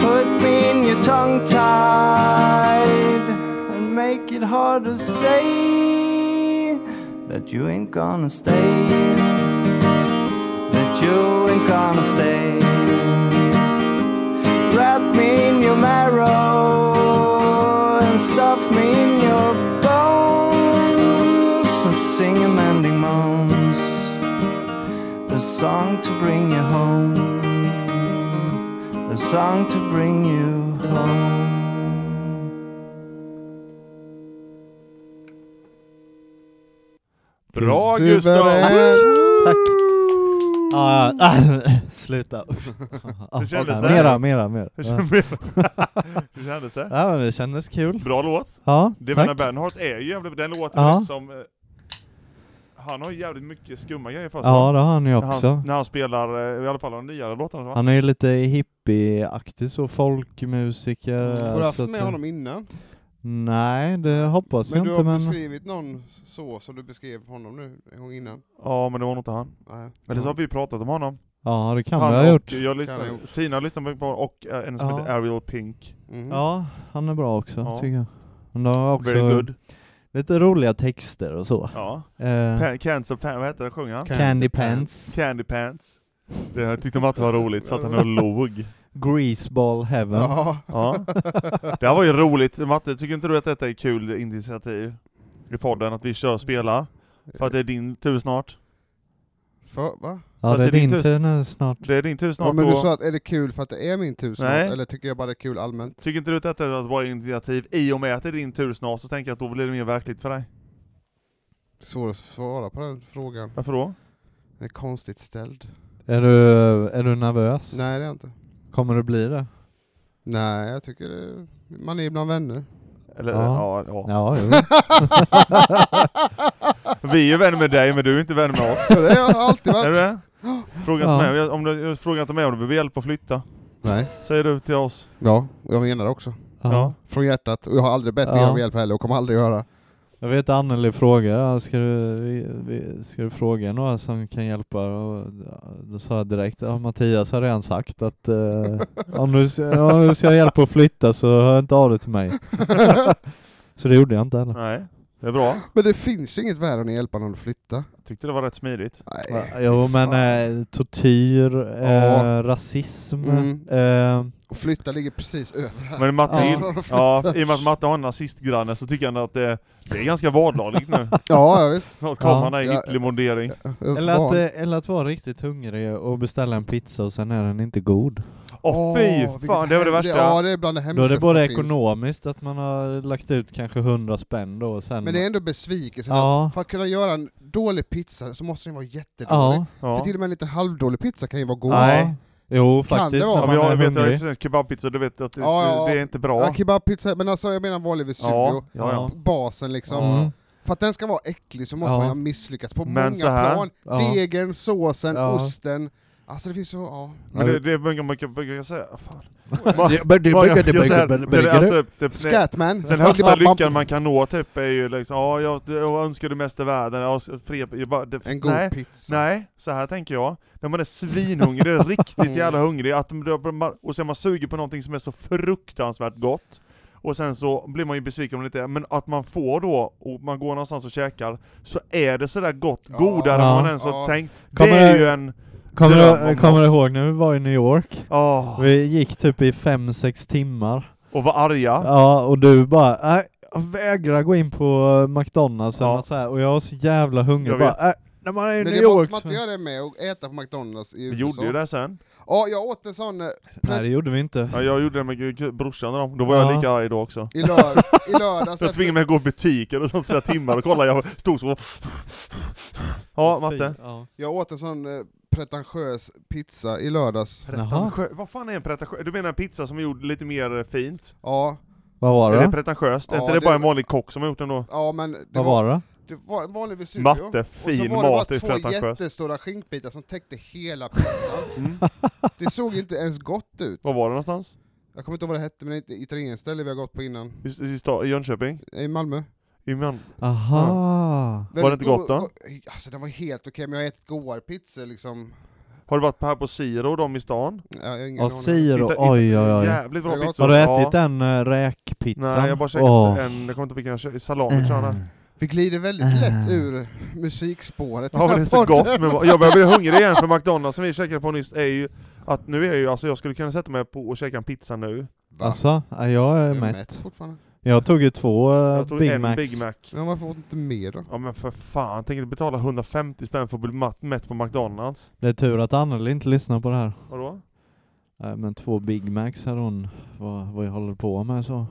Put me in your tongue tied and make it hard to say that you ain't gonna stay. That you ain't gonna stay. Wrap me in your marrow and stuff me in your bones. And sing amending moans, a song to bring you home, a song to bring you home. Bra Gustav! Tack. Ja, ja. sluta. Hur kändes Ja, det? Mera, mera, mera. Hur Ja. kändes det? Hur kändes det? Ja, men det kändes kul. Bra låt. Ja, Devina tack. Bernhardt är ju jävligt... Den låten Ja. är liksom... eh, Han har ju jävligt mycket skumma grejer för sig. Ja, det har han ju när, också. han, när han spelar, eh, i alla fall de nyare låtarna. va? Han är ju lite hippieaktig så, folkmusiker. Har du haft Eh, så att med det- honom innan? Nej, det hoppas Men jag du inte har men... beskrivit någon så som du beskrev honom nu en gång innan? Ja, men det var nog inte han. Nej. Eller så har vi pratat om honom. Ja, det kan han vi ha och, gjort. jag Kan lyssnar, ha gjort. Tina lyssnar på honom och eh, en som Ja. heter Ariel Pink. Mhm. Ja, han är bra också Ja. tycker jag. Han har också Very good. lite roliga texter och så. Ja. Eh, Pan, cancer Pan, vad heter det, sjunger han? Candy Pants, Candy Pants. Det jag tyckte Matte var roligt, satt han och log. Greaseball Heaven. Ja. Ja. Det här var ju roligt. Matte, tycker inte du att detta är kul initiativ i podden? Att vi kör och spelar? För att det är din tur snart. För, va? Ja, det det är är din din tur. tur nu snart. Det är din tur snart. Ja, men du och- sa att är det kul för att det är min tur snart? Nej. Eller tycker jag bara det är kul allmänt? Tycker inte du att detta är ett bra initiativ? I och med att det är din tur snart så tänker jag att då blir det mer verkligt för dig. Svårt att svara på den frågan. Varför då? Den är konstigt ställd. Är du, är du nervös? Nej det är jag inte. Kommer det bli det? Nej jag tycker det... man är ibland vänner. Eller, ja. Ja. Ja, Ja, jo. Vi är ju vänner med dig men du är inte vän med oss. Så det har jag alltid Är du varit. det? Fråga Ja. inte mig om du, jag frågar inte mig om du behöver hjälp att flytta. Nej. Säger du till oss. Ja, och jag menar det också. ja. Från hjärtat. Och jag har aldrig bett er Ja. om hjälp heller och kommer aldrig göra. Jag vet Anneli frågar, ska du, vi- vi- ska du fråga några som kan hjälpa? Och då sa jag direkt, ja, Mattias har redan sagt att eh, om, du, ska- om du ska hjälpa att flytta så hör inte av dig till mig. så det gjorde jag inte heller. Nej. Det är bra. Men det finns ju inget värre än att hjälpa någon att flytta. Tyckte det var rätt smidigt. Nej. Jo fy men fan. eh, tortyr, Ja. eh, rasism, Mm. eh, Och flytta ligger precis över här. Men Matte, Ja. ja. i och med att Matte har en nazistgranne så tycker han att det, det är ganska vardagligt nu. Ja, ja visst. Snart kommer Ja. han här i Ja. Hitlermundering. eller, att, eh, eller att vara riktigt hungrig och beställa en pizza och sen är den inte god. Åh fy vilket fan, det var det hemskt- värsta. Ja, det är bland det Då hemskaste är det både som finns. ekonomiskt att man har lagt ut kanske 100 spänn då och sen... Men det är ändå besvikelsen. Ja. Att för att kunna göra en dålig pizza så måste den vara jättedålig. Ja. För Ja. till och med en liten halvdålig pizza kan ju vara god. Nej. Jo Kan faktiskt, det vara? när Ja, men man jag är vet, jag har ju hungrig. sett kebabpizza, du vet att det, Ja, ja. det är inte bra. Ja, kebabpizza, men alltså jag menar vanlig Vesuvio. Ja, ja, ja. Ja. Basen liksom. Mm. För att den ska vara äcklig så måste Ja. man ju ha misslyckats på Men många så här- plan. Ja. Degen, såsen, Ja. osten. Alltså det finns så, ja. Men det, det man kan man kan- man kan säga, fan. Man kan- jag säger, det är Ja, alltså, det- nej, Scatman. Den högsta lyckan man kan nå typ är ju liksom, ja jag, jag önskar det mesta i världen, jag önskar fred, jag bara, det, En god nej, pizza. nej, så här tänker jag. När man är svinhungrig, det är riktigt jävla hungrig, att, och sen man suger på någonting som är så fruktansvärt gott, och sen så blir man ju besviken om det inte är, men att man får då, och man går någonstans och käkar, så är det sådär gott, Ja. godare än Ja. man ens har Ja. tänkt. Det Kommer- är ju en, Kommer, dröm om du, kommer du oss. ihåg när vi var i New York? åh, Vi gick typ i 5-6 timmar. och vad arga. Ja, och du bara nej, jag vägrar gå in på eh, McDonalds eller Ja. något så här. och jag var så jävla hungrig. Jag bara, nej, när man är i Men New det måste York... man inte så- göra det med, och äta på McDonalds i Vi USA. gjorde ju det sen. Ja, jag åt en sån eh, Nej det gjorde vi inte. Ja, jag gjorde det med g- g- brorsan och dem, då var jag Ja. lika arg då också. i, lör i lördags. Jag tvingade mig att gå i butiker och sånt flera timmar och kolla, jag stod så Ja, Matte? Ja. Jag åt en sån eh, pretentiös pizza i lördags. Jaha. Pretentiö- Vad fan är en pretentiös? Du menar en pizza som är gjord lite mer fint? Ja, Vad var Är det det? pretentiöst? Ja, är det det- bara en vanlig kock som har gjort den då? ja men det Vad var, var det? det var en vanlig Vesuvio. Matte, Typ, och så fin var det mat bara är två pretentiöst. jättestora skinkbitar som täckte hela pizzan. Mm. det såg inte ens gott ut. Var var det någonstans? Jag kommer inte ihåg vad det hette, men det är ett italienskt ställe vi har gått på innan. I, i, sta- i Jönköping? I Malmö. I Mjöln? Aha. Väldigt Var det inte go- gott då? go- Alltså den var helt okej, men jag har ätit godare pizza liksom. Har du varit på- här på Siro och de i stan? Ja, jag har ingen Och aning. Siro, Inte- oj oj oj. Jävligt bra Har du pizza. Har du Ja. ätit den äh, räkpizzan? Nej, jag har bara käkat Åh. en, jag kommer inte ihåg vilken, jag kö- salami tror jag den är. Vi glider väldigt lätt ur musikspåret. i Ah. Ja men den det är här så podden. gott med, jag börjar bli hungrig igen för McDonalds som vi käkade på nyss är ju att nu är ju, alltså jag skulle kunna sätta mig på och käka en pizza nu. Va? Alltså, ja, jag är Jag är mätt. fortfarande. Jag tog ju två äh, Jag tog Big en Macs. Big Mac. Men varför åt inte mer då? Ja men för fan, tänk att betala 150 spänn för att bli mat- mätt på McDonalds. Det är tur att Anneli inte lyssnar på det här. Vadå? Nej, men två Big Macs hade hon, vad, vad jag håller på med så.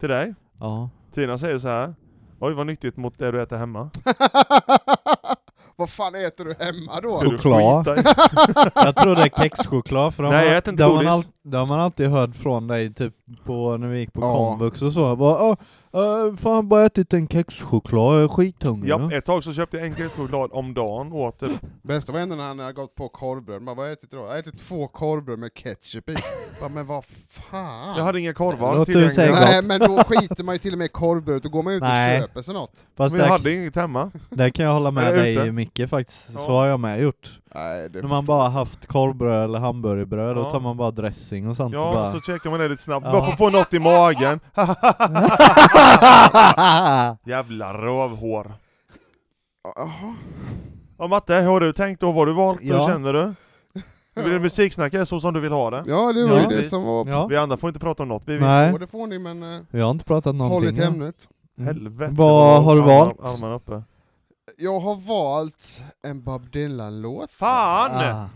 Till dig? Ja. Tina säger så här. Oj vad nyttigt mot det du äter hemma. Vad fan äter du hemma då? Ska du Choklad. skita i- Jag tror det är kexchoklad för de Nej, har, jag äter inte det, har man godis. det har man alltid hört från dig typ på, när vi gick på Ja. komvux och så. Bara, "Åh, äh, fan jag har bara ätit en kexchoklad, jag är skithungrig. Ja, ett tag så köpte jag en kexchoklad om dagen åt det. Bästa var ändå när han hade gått på korvbröd, bara, vad har jag ätit då? Jag har ätit två korvbröd med ketchup i. Bara, men vad fan? Jag hade inga korvar Låter du säga tillgängliga. gott. Nej men då skiter man ju till och med i korvbrödet, då går man ju ut och Nej. köper sig något. Fast Men jag där, hade inget hemma. där kan jag hålla med Eller dig ute. Micke faktiskt, Ja. så har jag med gjort. Nej, det När man bara haft korvbröd eller hamburgerbröd, Ja. då tar man bara dressing och sånt och Ja, bara... så käkar man det lite snabbt. Ja. Bara för att få något i magen. Jävla rövhår. Jaha. Ja Matte, hur har du tänkt och vad har du valt och hur Ja. känner du? Vill du musiksnacka så som du vill ha det? Ja det var Ja. ju det som var ja. Vi andra får inte prata om något, vi vill. Nej, på, det får ni men eh, vi har inte pratat håll någonting. er till ja. ämnet. Mm. Helvete Vad har du armar- valt? Armarna uppe. Jag har valt en Bob Dylan-låt. Fan! Ah.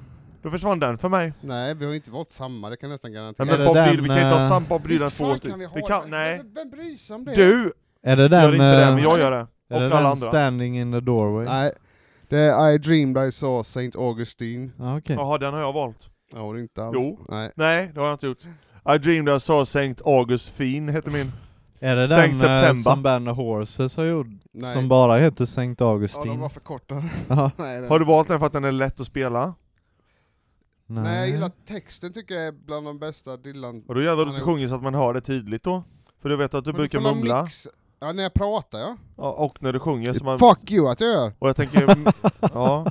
Då försvann den för mig. Nej, vi har inte valt samma, det kan jag nästan garantera. Nej, Är men det Bob Dylan, den, vi kan inte ha eh, samma Bob Visst Dylan två fan stycken. kan vi ha Vi kan, det. nej. Vem, vem bryr sig om det? Du! Är det den, Gör inte det, eh, men jag gör det. är det Och den alla andra. standing in the doorway? Nej, det är I dreamed I saw Saint Augustine. Ah, okej. Jaha, den har jag valt. Ja, det är inte alls. Jo. Nej. Nej, det har jag inte gjort. I dreamed I saw Saint Augustine, heter Mm. min. Är det Saint den eh, September. som Band of Horses har gjort? Nej. Som bara heter Saint ja, de Augustin? var för korta. Ja. Nej, det- Har du valt den för att den är lätt att spela? Nej, jag gillar texten tycker jag är bland de bästa Dylan... Och då gäller det Han att du har sjunger så att man hör det tydligt då. För du vet att du Men brukar får någon mumla, mix- Ja, när jag pratar ja. ja, och när du sjunger så man... Fuck you att jag gör! Och jag tänker, mm, ja,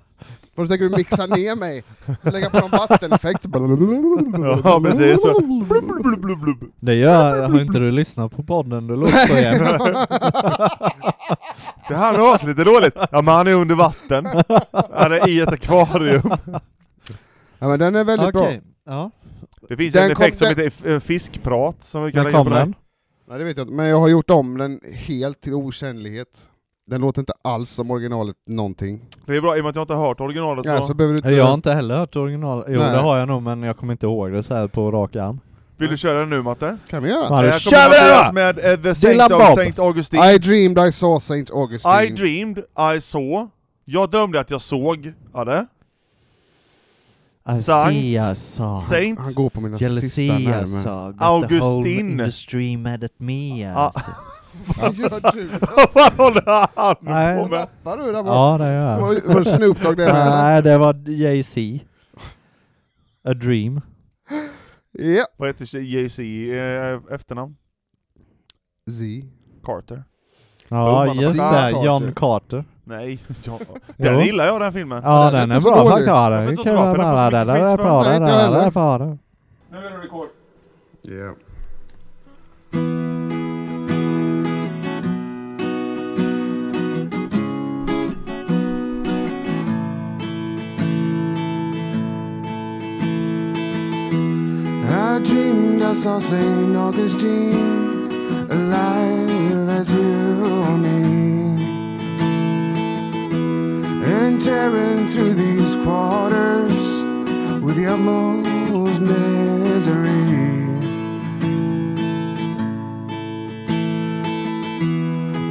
Vad tänker du mixa ner mig? Lägga på någon vatteneffekt? ja precis så. Blub, blub, blub, blub. Det gör Har inte du lyssnat på podden? Du låter så igen. Det här har oss lite dåligt. Ja men han är under vatten. Han är i ett akvarium. ja, men den är väldigt bra. Okej. Ja. Det finns Den en kom- effekt som den- heter f- eh, fiskprat som vi Där kan lägga kom på den. den. Nej, det vet jag inte. Men jag har gjort om den helt till okännlighet. Den låter inte alls som originalet någonting. Det är bra, i och med att jag inte har hört originalet så... Ja, så behöver du inte... Jag har inte heller hört original. Jo Nej. det har jag nog men jag kommer inte ihåg det så här på rak arm. Vill du köra den nu Matte? kan vi göra. Ja, då Eh, jag kör vi kommer den, att va? med eh, The Dylan Saint of Bob. Saint Augustine. I dreamed I saw Saint Augustine. I dreamed, I saw. Jag drömde att jag såg, ja det. Sant. Asia sa. Saint, Han går på mina sista Jelusia alltså. nerver. sa. Augustin. industry mad at me. Ah. alltså. Vad gör du? vad fan håller han Nej. på med? Rappar du där borta? Ja det gör jag. Var var det Snoop Dogg det här? Nej det var Jay-Z. A dream. Ja. Vad heter Jay-Z i eh, efternamn? Z. Carter? Ja Boom, just John det, Carter. John Carter. Nej, ja. Jo. den gillar jag den filmen. Ja det är den är inte så bra, dålig. tack har Jag den. får Vi inte kan dra, för den får så bara där, mycket där, skit för bra, den. där, Nej, inte jag där, heller. bra, där. Nu är det rekord. Yeah. I dreamed I saw St. Augustine alive as you or me, and tearing through these quarters with the utmost misery.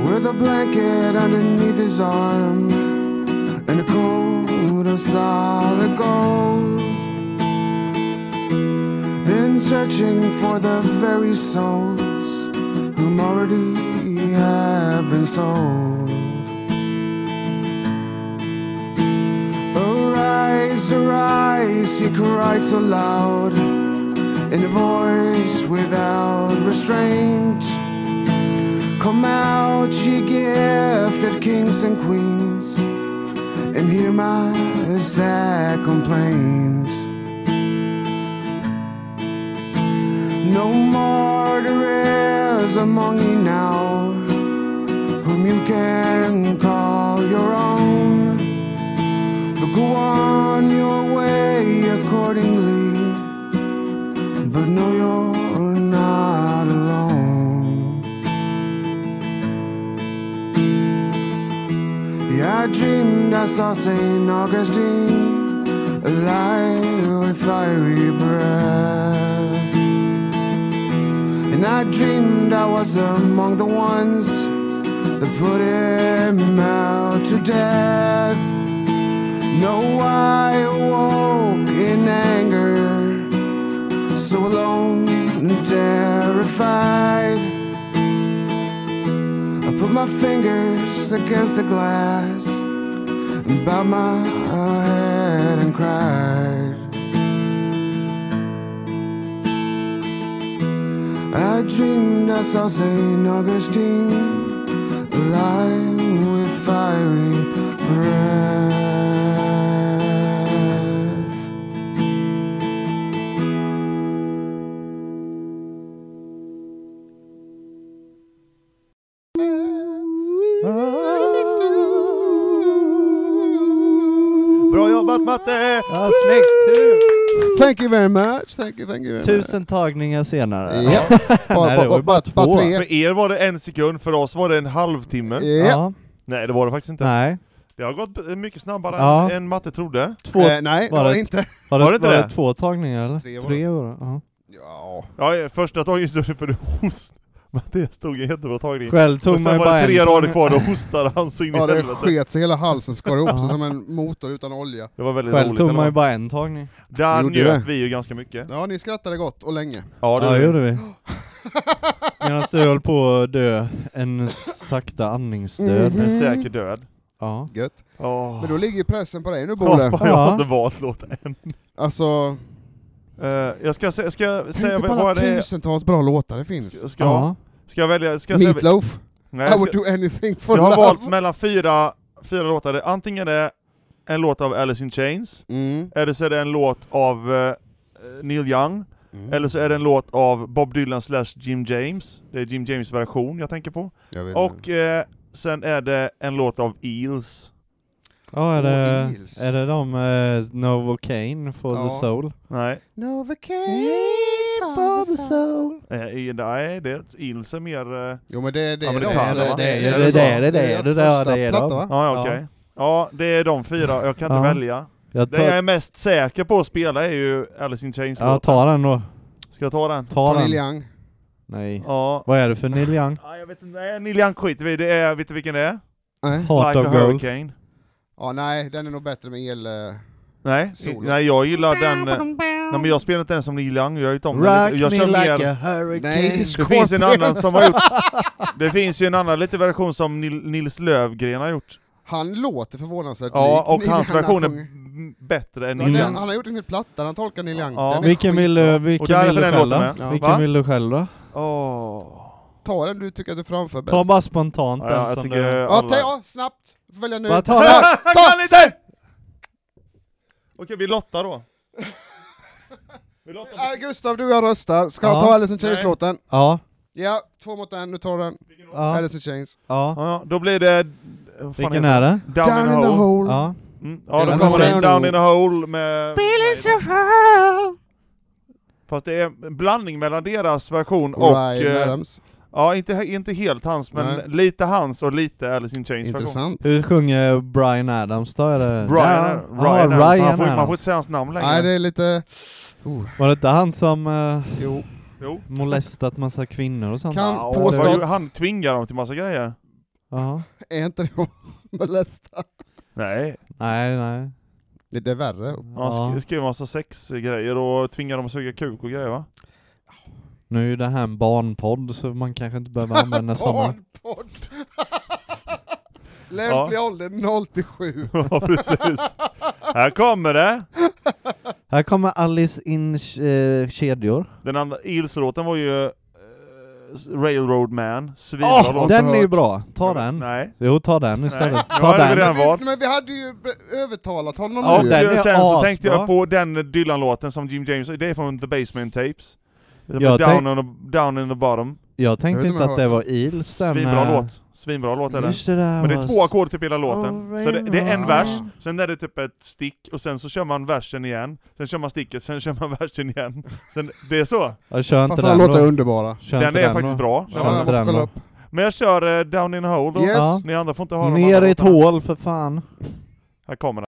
With a blanket underneath his arm and it gold us all the gold. In searching for the very souls whom already have been sold. Arise, arise, he cried so loud in a voice without restraint. Come out, ye gifted kings and queens, and hear my sad complaint. No more there is among you now whom you can call your own. But go on your way accordingly, but know you're not alone. Yeah, I dreamed I saw St. Augustine alive with fiery breath. And I dreamed I was among the ones that put him out to death. No, I awoke in anger, so alone and terrified. I put my fingers against the glass and bowed my head and cried. I dreamed I saw St. Augustine alive with fiery breath. Bra jobbat Matte! Ja, snyggt! Thank you very much, thank you, thank you very Tusen tagningar senare. much. Eh. Ja, bara, Nej, det var bara, ju bara, bara bara två. tre. För er var det en sekund, för oss var det en halvtimme. Ja. Nej det var det faktiskt inte. Nej. Det har gått eh, mycket snabbare Ja. än Matte trodde. Två, Eh, nej, det var var det- inte. var, det, var var, det inte det, det? två tagningar eller? Tre Tre var var, det. det. Ja. Ja. Ja, eh, första tagningen stod det för du host. Mattias tog en jättebra tagning. Själv Och tog man sen ju var bara det tre en rader tagning. kvar, då hostade han så in i ja, det helvete. sket sig hela halsen, skar ihop sig Ja. som en motor utan olja. Det var väldigt Själv roligt. tog man ju eller vad? bara en tagning. Där Gjorde njöt det. vi ju ganska mycket. Ja, ni skrattade gott och länge. Ja, Ja, det gjorde vi. Medan du höll på att dö en sakta andningsdöd. Mhm. En säker död. Ja. Gött. Oh. Men då ligger ju pressen på dig nu, Bole. jag Ja. hade valt låt. Alltså, Eh, jag ska, se, ska jag säga tänk på vad alla vad det är. tusentals bra låtar det finns. Ska, ska, Ja. ska jag välja? Ska jag säga, Meatloaf, nej, I jag, would ska, do anything for jag har love. valt mellan fyra, fyra låtar. Det- Antingen är det en låt av Alice in Chains, Mm. eller så är det en låt av eh, Neil Young, Mm. eller så är det en låt av Bob Dylan slash Jim James. Det är Jim James version jag tänker på. Jag vet inte. Och eh, sen är det en låt av Eels. Ja, är det, Eels. är det de uh, Novocaine for Ja. the soul? Nej, Mm. Novocaine for the soul. soul. eh, i- nej det, Eels är mer... Eh, Jo men det är det. Ja, men det de- kan det, va? Det är det, är det så. är det, det är deras det, det är första det, platta, de. va? ja, Ja. okej. Ja, det är de fyra. Jag kan inte Ja. välja. Jag Den jag är tar, mest säker på att spela är ju Alice in Chains ja, låt. ta den då. Ska jag ta den? Ta Neil den. Young. Nej. Ja. Vad är det för Neil Young? ja jag vet inte, nej Neil Young skiter vi i. det är, vet du vilken det är? Nej. Heart like of a Gold. Hurricane. Ja, nej, den är nog bättre med el... eh, Nej, Solo. nej jag gillar den... eh, Nej men jag spelar inte den som Neil Young, jag har ju inte om Rock den. me Jag kör like mer... a hurricane. Nej, det är Det finns en annan Scorpions. som har gjort... Det finns ju en annan lite version som Nil- Nils Lövgren har gjort. Han låter förvånansvärt Ja, lik och Neil hans Young. version är Han sjunger- b- bättre än Ja, den- Neil Youngs. Han har gjort en hel platta där han tolkar Neil Young. Ja. Den är Vilken vill skitbra. du, Och vilken där är vill för du den själv låten då? med. Ja. Va? Vilken vill du själv då? Åh. Ta den du tycker att du framför bäst. Ta bara spontant Ja, den jag som tycker du... Ja, ta, alla... ja snabbt! Du får välja nu. Bara ta den! Han kan inte! Okej, vi lottar då. Vi lottar på Äh, Gustav, du och jag röstar. Ska jag Ja. ta Alice in Nej. Chains-låten? Ja, Ja, två mot en, nu tar den. ja, Alice in Chains. ja. Ja, ja, då blir det... vad fan Vilken heter är det? den? Down, in the hole. Ja. Mm. Ja, då Down kommer in the den hole. Down in the hole med... Fast det är en blandning mellan deras version och... Ryan eh, Adams. ja, inte, he- inte helt hans, men Nej. lite hans och lite Alice in Chains version. Intressant. Hur sjunger Brian Adams då? Är det... Brian, Ryan, ja. alltså. Ryan, Adams. Ryan man, får, man får Adams. inte säga hans namn längre. Nej, det är lite... Var det inte han som eh, Jo. Jo. molestat massa kvinnor och sånt? Kan- Ja, påstå det var ju- att- han tvingar dem till massa grejer. Ja. Är inte det att molesta? Nej, Nej, nej. Det, det är värre. han sk- Ja. skrev massa sexgrejer och tvingade dem att suga kuk och grejer va? Nu är ju det här en barnpodd så man kanske inte behöver använda sådana. Barnpodd! Lämplig ålder 0 till 7. Ja precis. Här kommer det! Här kommer Alice in eh, kedjor. Den andra Eels-låten var ju eh, Railroad Man, svinbra Åh, låt. den hört. är ju bra. Ta den. Nej. Jo, ta den Nej, istället. nu Ta har vi den. redan valt. Men vi hade ju br- övertalat honom Ja, nu. den är Och sen så asbra. tänkte jag på den Dylan-låten som Jim James, det är från The Basement Tapes. Som Jag är down, tänk- on the, down in the bottom. Jag Jag tänkte vet inte inte om att jag det var Eels den. Svinbra eh, låt. Svinbra låt är det. just det där Men det är var- två ackord typ hela Oh, låten. Så det, det är en rain vers, on. sen är det typ ett stick, och sen så kör man versen igen, sen kör man sticket, sen kör man versen igen. Sen, det är så. Jag kör inte Fast alla den låtar är då. underbara. Kör Den inte är den faktiskt då. bra. Ja, Kör jag måste inte den kolla då. upp. Men jag kör eh, Down in a hole då. Yes. Ja. Ni andra får inte ha de Ner andra i ett låtarna. hål för fan. Här kommer den.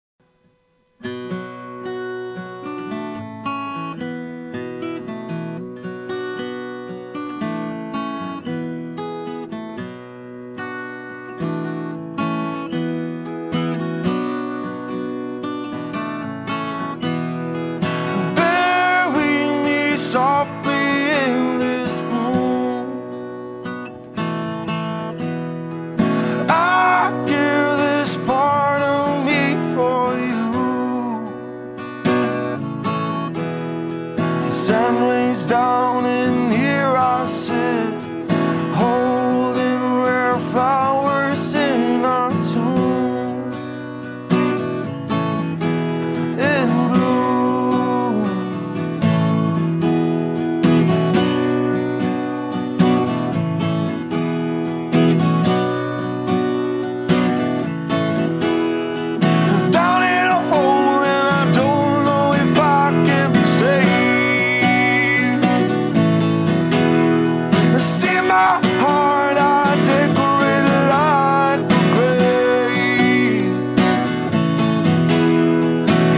Bury me softly in this room. I give this part of me for you. The sun rains down, and here I sit, holding rare flowers in our tomb in blue. Down in a hole, and I don't know if I can be saved. I see my heart, I decorate like a grave.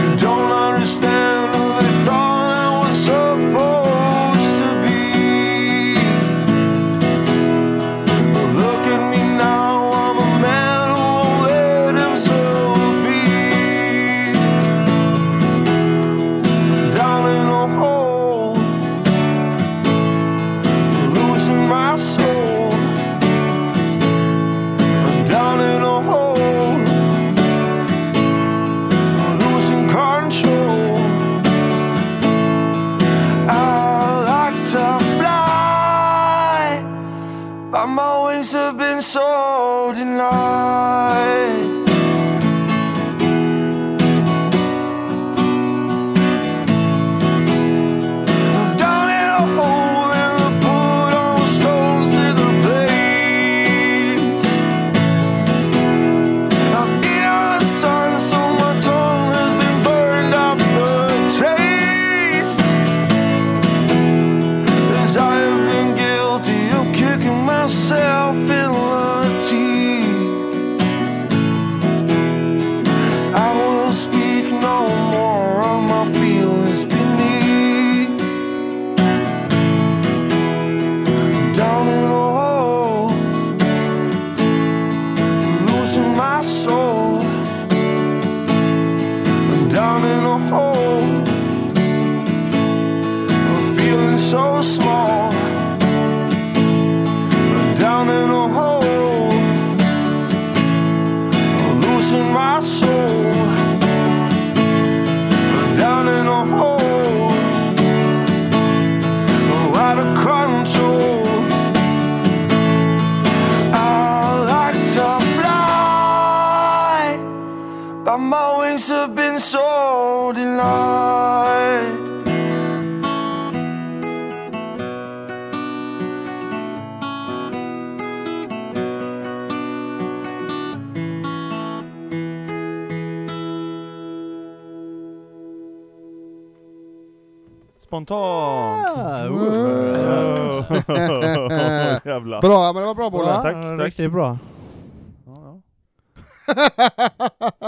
You don't understand who they thought I was supposed to be. But look at me now, I'm a man who won't let himself be. Down in a hole, losing my soul. I'm down in a hole losing control. I like to fly, but my wings have been so denied. Down in a hole and I put all stones in the place. I'm in on the sun, so my tongue has been burned off the taste. As I have been guilty of kicking myself in the teeth. I will speak no more of my feelings beneath. Down in a hole losing my soul. I'm down in a hole. I'm feeling so small. I'm down in a hole. I'm losing my soul. I'm down in a hole. I'm out of control. I like to fly, but my wings have been so denied. Spontant! Jävlar. Bra, ja, men det var bra Bolle. uh, Tack, Uh, tack. Riktigt bra. Ja, ja.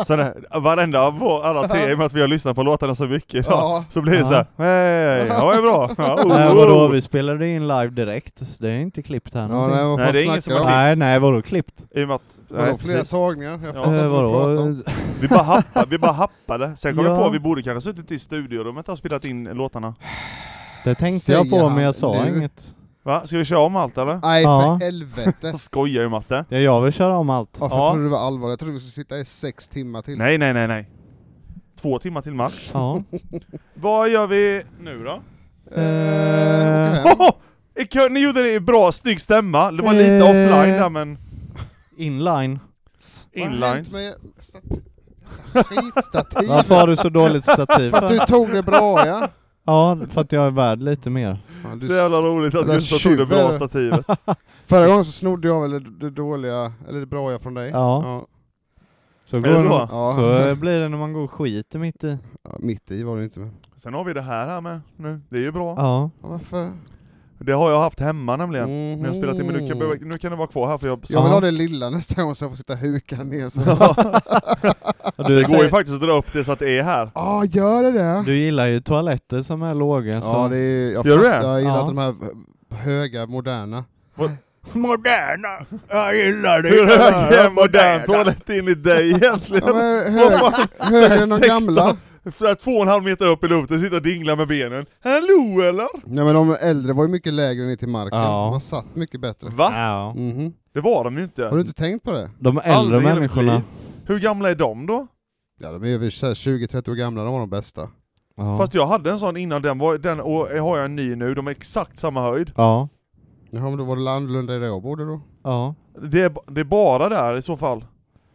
Så det, varenda av vår- alla tre, i och med att vi har lyssnat på låtarna så mycket idag, Ja. så blir det så här, hej, ja det är bra. Ja, oh, Nej oh. vadå, vi spelade in live direkt. Det är inte klippt här Ja, någonting. nej, nej, vad Nej, fan det är ingen snackar som du om? nej, vadå klippt? I och med att, nej, Vadå, flera precis. tagningar? Jag Ja. fattar inte Eh, vad du pratar om. vadå? Vi bara happade, vi bara happade. Sen kom Ja. vi på att vi borde kanske suttit i studiorummet och spelat in låtarna. Det tänkte Säger jag på men han jag sa nu. inget. Va? Ska vi köra om allt eller? Nej Ja. för helvete. Jag skojar ju Matte. Ja, jag vill köra om allt. Ja, för Ja. Jag trodde det var allvar. Jag trodde vi skulle sitta i sex timmar till. Nej, nej, nej, nej. Två timmar till max. Ja. Vad gör vi nu då? Eh, åker hem. Hoho! I kö- Ni gjorde det i bra, snygg stämma. Det var lite Eh. offline där men Inline. Vad har hänt inlines. med stat- Skitstativ! Varför har du så dåligt stativ För att du för? tog det bra ja! Ja, för att jag är värd lite mer. Fan, du- Så jävla roligt att Den där Gustav tog det bra tjuven. stativet. Förra gången så snodde jag väl det- det dåliga, eller det bra jag från dig? Ja. Ja, Så, det går så? man- Ja. så blir det när man går skit mitt i. Ja, mitt i var det inte men... Sen har vi det här här med nu. Det är ju bra. Ja. Ja, varför? Det har jag haft hemma nämligen. Mhm. När jag spelat in, men nu kan, jag- nu kan det vara kvar här för jag... Jag vill Ja. ha det lilla nästa gång så jag får sitta hukad ner så... Och Du, Det går ju säger- faktiskt att dra upp det så att det är här. Ja, gör det det? du gillar ju toaletter som är låga. Så. Ja, det är, jag, Gör du fattar, det? jag gillar Ja. inte de här höga, moderna. Moderna! Jag gillar det! Hur hög är en modern toalett enligt dig egentligen? Ja, men högre, högre än de gamla. Så här två och en halv meter upp i luften, sitter och dinglar med benen. Hallå eller? Nej men de äldre var ju mycket lägre ner till marken, Ja. de satt mycket bättre. Va? Ja. Mhm. Det var de ju Har du inte. inte tänkt på det? De Aldrig äldre i hela mitt människorna. liv. Hur gamla är de då? Ja de är ju så här 20-30 år gamla, de var de bästa. Ja. Fast jag hade en sån innan den, var, den och har jag en ny nu, de är exakt samma höjd. ja. Jaha men då var det annorlunda där jag bodde då? Ja. Det är, b- det är bara där i så fall.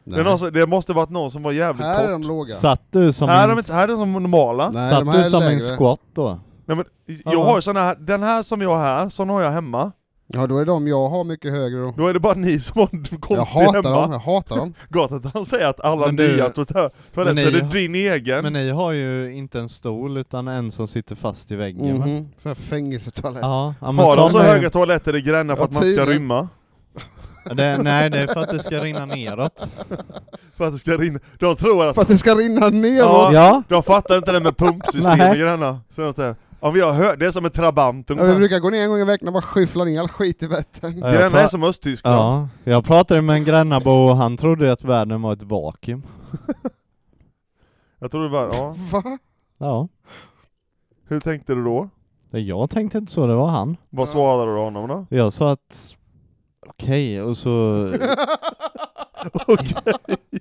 Det, är någon, som- det måste varit någon som var jävligt här är kort. de låga. Satt du som här, är en, de, inte- här är de normala. Nej, satt de här du som är en lägre. squat då? Nej, men, jag Ja. har ju såna här, den här som jag har här, sån har jag hemma. Ja då är de jag har mycket högre då. Då är det bara ni som har Jag konstig hatar hemma. dem, jag hatar dem. Gott att han säger att alla Men du- nya tota- men toaletter, ni- så det är din egen. Men ni har ju inte en stol utan en som sitter fast i väggen. va? Mhm. Sån här fängelsetoalett. Ja, ja, men har de sån så är- höga toaletter i Gränna för Ja, att man inte ska tydligen. rymma? Det, nej, det är för att det ska rinna neråt. För att det ska rinna? De tror att... För att det ska rinna ner! Ja. Ja. De fattar inte det med pumpsystem Nej. i Gränna. Så de säger, om vi har hö- det är som en trabant Vi ungefär. brukar gå ner en gång i veckan och bara skyffla ner all skit i Vättern. Ja, jag Gränna är pra- som Östtyskland. Ja, jag pratade med en Grännabo och han trodde ju att världen var ett vakuum. Jag tror det var... Ja. Va? Ja, Hur tänkte du då? det jag tänkte inte så, det var han. Vad svarade du honom då? Jag sa att okej, och så...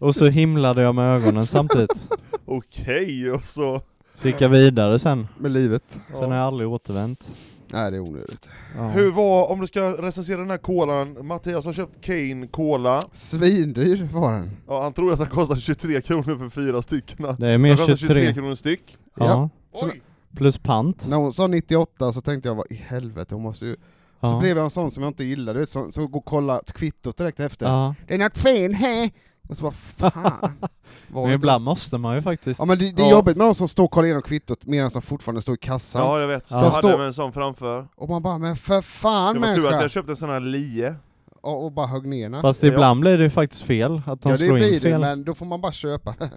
Och så himlade jag med ögonen samtidigt. Okej, och så... Så gick jag vidare sen. Med livet. Sen har jag aldrig återvänt. Nej det är onödigt. Ja. Hur var, om du ska recensera den här kolan, Mattias har köpt Kane Cola, Svindyr var den. ja, han tror att den kostar 23 kronor för fyra stycken. Den Det är mer kostar 23. 23 kronor styck. Ja. Oj! Plus pant. När hon sa 98 så tänkte jag vad i helvete, hon måste ju... Så Ja. blev jag en sån som jag inte gillar, du vet, som, som går och kollar kvittot direkt efter. Ja. Det är något fel här! Och så bara fan. Var Men inte- ibland måste man ju faktiskt. Ja men det, det är Ja. jobbigt med de som står och kollar igenom kvittot medan de fortfarande står i kassan. Ja jag vet, Ja. jag Alltså. Jag hade står- en sån framför. Och man bara men för fan Det var tur att människa! jag köpte en sån här lie. Ja, och bara högg ner den. Fast ibland blir det ju faktiskt fel, att de Ja det slår in blir det, fel. men då får man bara köpa det. Och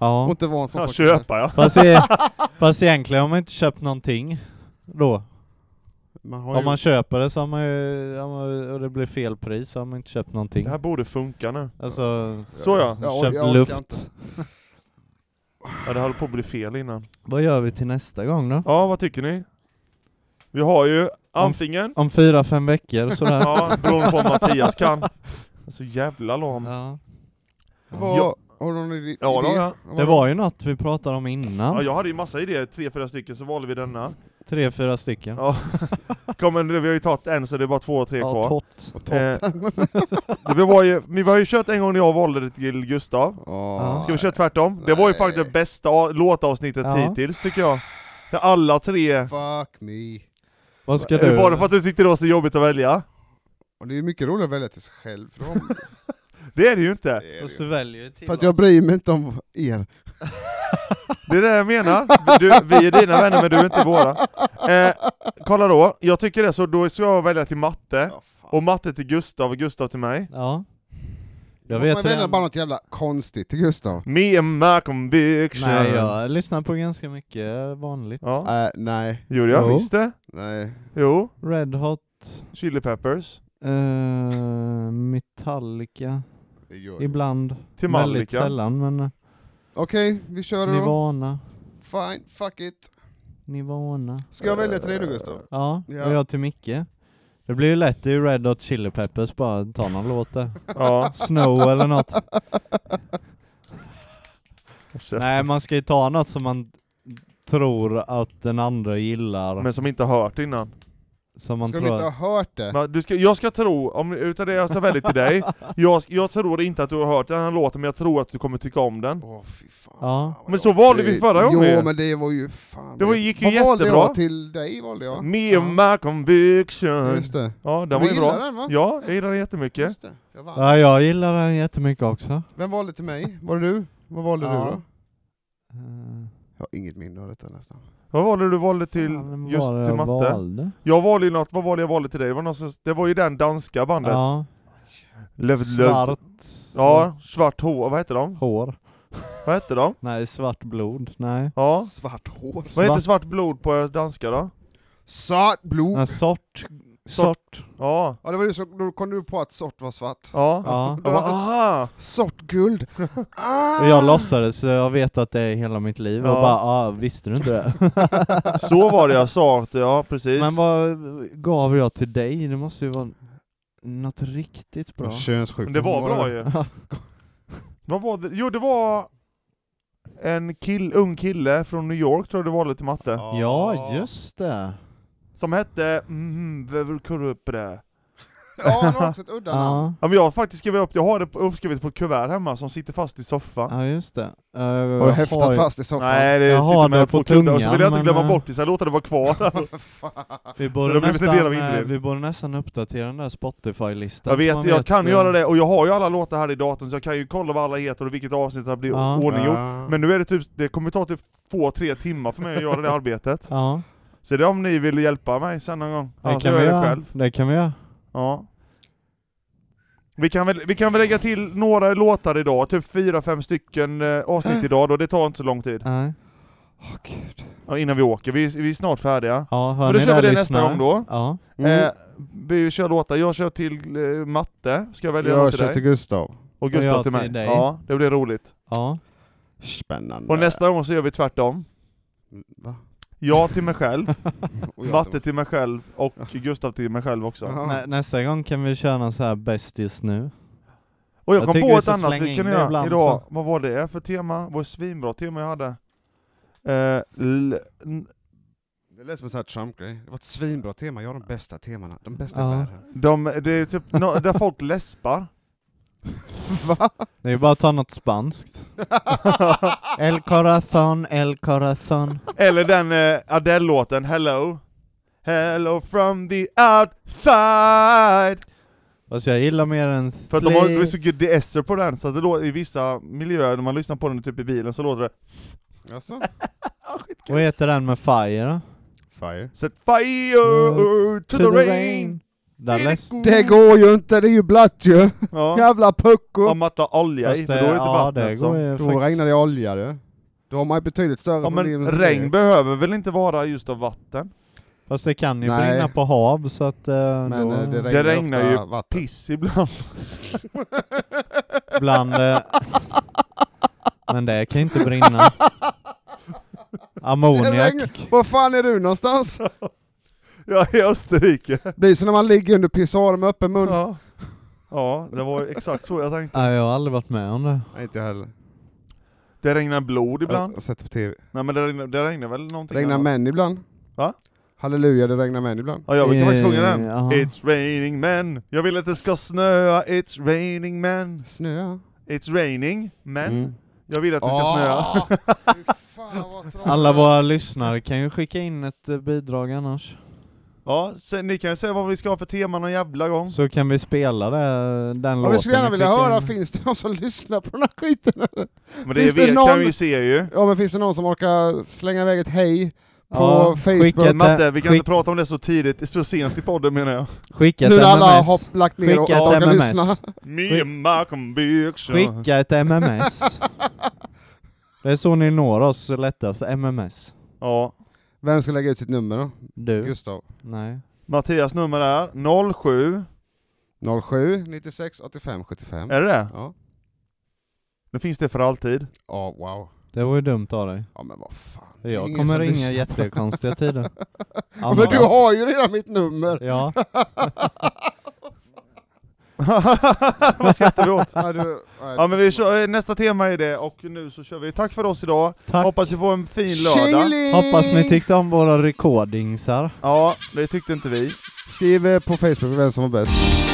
Ja. inte vara en sån Ja, som- köpa ja. Fast, e- fast egentligen har man inte köpt någonting då. Man har Om ju... man köper det så har man ju, om man- och det blir fel pris så har man inte köpt någonting. Det här borde funka nu. Alltså, Så ja. Ja, köpt jag orkar luft. inte. ja, det höll på att bli fel innan. Vad gör vi till nästa gång då? Ja, vad tycker ni? Vi har ju antingen, Om fyra, fem veckor sådär. ja, beroende på om Mattias kan. Jag är Så jävla lam. ja. Vad- Ja. Har du någon idé? Ja, det har jag. Vad Det var- var ju något vi pratade om Ja, innan. jag hade ju massa idéer, tre, fyra stycken, så valde vi denna. Tre, fyra stycken. Ja. Kommer, vi har ju tagit en så det är bara två, tre Ja, kvar. tott. Och Eh, vi, var ju, vi har ju kört en gång när jag valde det till Gustav. Ja. Ska vi köra tvärtom? Det var ju Nej. faktiskt det bästa a- låtavsnittet Ja. hittills tycker jag. Där alla tre... Fuck me. Vad ska Är det du? bara för att du tyckte det var så jobbigt att välja? Och det är mycket roligare att välja till sig själv, för, de, Det är det ju inte! det är Fast det. du väljer ju till för att jag bryr mig inte om er. Det är det jag menar. Du, vi är dina vänner men du är inte våra. Eh, kolla då, jag tycker det så då ska jag välja till matte, Ja, fan. och matte till Gustav och Gustav till mig. Ja. Jag Måste vet man välja vem- bara något jävla konstigt till Gustav? Me and my conviction. Nej, jag lyssnar på ganska mycket vanligt. Ja, Äh, nej, gjorde jag Jo. visst det. nej. Jo, Red Hot, Chili Peppers. eh, Metallica, det gör du. ibland. Till Väldigt Malika. sällan, men eh, Okej, vi kör det då. Nirvana. Fine, fuck it. Nirvana. Ska jag välja till dig nu Gustav? Ja, Ja. och jag till Micke. Det blir ju lätt, det är ju Red Hot Chili Peppers, bara ta någon låt där. Ja. Snow eller något. Nej. Nej, man ska ju ta något som man tror att den andra gillar. Men som inte har hört innan. som man Ska tror... du inte ha hört det? Men du ska, jag ska tro, om, utan det jag ska välja till dig, jag, jag tror inte att du har hört den här låten, men jag tror att du kommer tycka om den. Åh fy fan. Ja. vad Men jag- så valde vi förra gången Jo ju. men det var ju fan... Det var- gick ju Vad valde jättebra. jag till dig valde jag. Me and my conviction. Just det. Ja, Mm, den du var ju gillar bra. den va? Ja, jag gillar den jättemycket. Just det. Jag vann. ja, jag gillar den jättemycket också. Vem valde till mig? Var det du? Vad valde Ja. du då? Eh, Jag har inget minne av detta nästan. Vad valde du valde till fan, vem just var det till jag matte? valde? Jag valde ju något, vad valde jag valde till dig? Det var, någon som, det var ju den danska bandet. Ja, Löv, svart Ja, svart hår, vad heter de? hår. Vad heter de? Nej, svart blod. Nej. Ja. Svart hår. Vad heter Svart- svart blod på danska då? Svart blod. En sort. Sort. Ja. Ja det var du som, då kom du på att sort var svart. Ja. Ja. Jag bara, aha! Sort guld. Och jag låtsades, så jag vet att det är hela mitt liv. Ja. Och bara, ah, visste du inte det? Ah! Så var det jag sa, att- ja precis. Men vad gav jag till dig? Det måste ju vara något riktigt bra. Könssjukdom. Men det var bra ju. Vad var det? Jo, det var en kill, ung kille från New York tror jag du valde till matte. ja, just det. Som hette mm, vem vill kurra upp det? Ja, han har också ett udda namn. Ja. Ja, men jag har faktiskt skrivit upp det, jag har det på- uppskrivet på ett kuvert hemma som sitter fast i soffan. ja, just det. Eh, Har du jag häftat har ju- fast i soffan? Nej, det Jag sitter har med det två på kuddar, och så vill jag inte tungan, glömma men, eh, bort det, så jag låter det vara kvar. För fan. Vi det har borde, blivit en nästan, del av eh, inredningen. vi borde nästan uppdatera den där Spotify-listan. Jag vet, Man jag kan eh, göra det, och jag har ju alla låtar här i datorn, så jag kan ju kolla vad alla heter och vilket avsnitt det blir Ja. ordninggjort. Ja. Men nu är det typ, det kommer ta typ två, tre timmar för mig att göra det arbetet. Ja, Så det är om ni vill hjälpa mig sen någon gång. det Annars kan gör vi jag det göra. själv. Det kan vi göra. Ja. Vi kan, väl, vi kan väl lägga till några låtar idag, typ fyra, fem stycken eh, avsnitt idag då, det tar inte så lång tid. Nej. Åh, gud. Ja, innan vi åker, vi, vi är snart färdiga. Ja, hör Men då ni kör där, vi det nästa lyssnare? gång då. Ja. Mm. Eh, vi kör låtar, jag kör till eh, matte, ska jag välja någon jag till kör dig? till Gustav. Och Gustav Och jag till mig. till dig. Ja, det blir roligt. Ja. Spännande. Mm, Och nästa gång så gör vi tvärtom. Va? Jag till mig själv, Och jag matte till mig själv och Gustav till mig själv också. Ja. Nä, nästa gång kan vi köra någon så här bäst just nu. Och jag Jag kom tycker på vi ett ska annat slänga vi in kunde det göra ibland, idag, så. vad var det för tema? Det var ett svinbra tema jag hade. Eh, l- n- Det lät som en sån här Trump-grej. Det var ett svinbra tema, jag har de bästa temana. De bästa Ja. i världen. de, det är typ no, där folk läspar. Det är ju bara att ta något spanskt. El corazón, el corazón. Eller den eh, Adele-låten, Hello. Hello from the outside! Fast jag gillar mer än För att de har det är three- så GDS på den, så att det låter, i vissa miljöer när man lyssnar på den typ i bilen så låter det Jaså? Vad heter den med Fire då? Fire. Set fire Mm. to, the, rain! Där läs. Det går ju inte, det är ju blött ju! Ja. Jävla Om pucko! man tar olja i, Fast men då är det inte ja, vattnet det som... går ju Då faktiskt. regnar det olja du. Då har man ju betydligt större Ja men problem. regn behöver väl inte vara just av vatten? Fast det kan ju Nej. brinna på hav så att... eh, Men då... eh, det regnar, Det regnar ofta ju vatten. Piss ibland. Bland... eh, Men det kan ju inte brinna. Det Ammoniak. regnar- Var fan är du någonstans? Ja, i Österrike. Det är så när man ligger under pissoaren med öppen mun. Ja. ja, det var ju exakt så jag tänkte. Nej, jag har aldrig varit med om det. Nej inte jag heller. Det regnar Jag blod ibland. har sett det på TV. Nej men det regnar, det regnar väl någonting? Regnar annat. män ibland? Va? Halleluja, det regnar män ibland. Ja, jag brukar faktiskt sjunga Eh, den. jaha. It's raining men. Jag vill att det ska snöa. It's raining men. Snöa. It's raining men. Mm. Jag vill att det ska snöa. Ah, fy fan, vad tråkigt. Ah! Alla våra lyssnare kan ju skicka in ett eh, bidrag annars. Ja, sen, ni kan ju säga vad vi ska ha för tema någon jävla gång. Så kan vi spela det, den Ja, låten. vi skulle gärna ni vilja skickar höra, in. finns det någon som lyssnar på den här skiten? Men det, Finns vet, det någon- kan vi ju se ju. Ja men finns det någon som orkar slänga iväg ett hej Ja, Facebook. skicka ett- Matte, vi kan skick- inte prata om det så tidigt, så sent i podden menar jag. Skicka ett nu när alla MMS. har lagt ner och Skicka ett orkar MMS. lyssna. Me and my conviction. Skicka ett MMS. Det är så ni når oss lättast. MMS. Ja. Vem ska lägga ut sitt nummer då? Du? Gustav. Nej. Mattias nummer är 07, 07 96 85 75. är det det? Ja. Nu finns det för alltid. Ja, wow. Det var ju dumt av dig. Ja men vad fan. Det är Jag ingen kommer som ringa lyssnar. jättekonstiga tider. Ja, men du har ju redan mitt nummer! Ja. Vad skrattar vi åt? Ja, du, nej. Ja men vi kör, eh, nästa tema är det, och nu så kör vi. Tack för oss idag, Tack. hoppas du får en fin lördag. Tjingeling! Hoppas ni tyckte om våra recordingsar. Ja, det tyckte inte vi. Skriv eh, på Facebook vem som var bäst.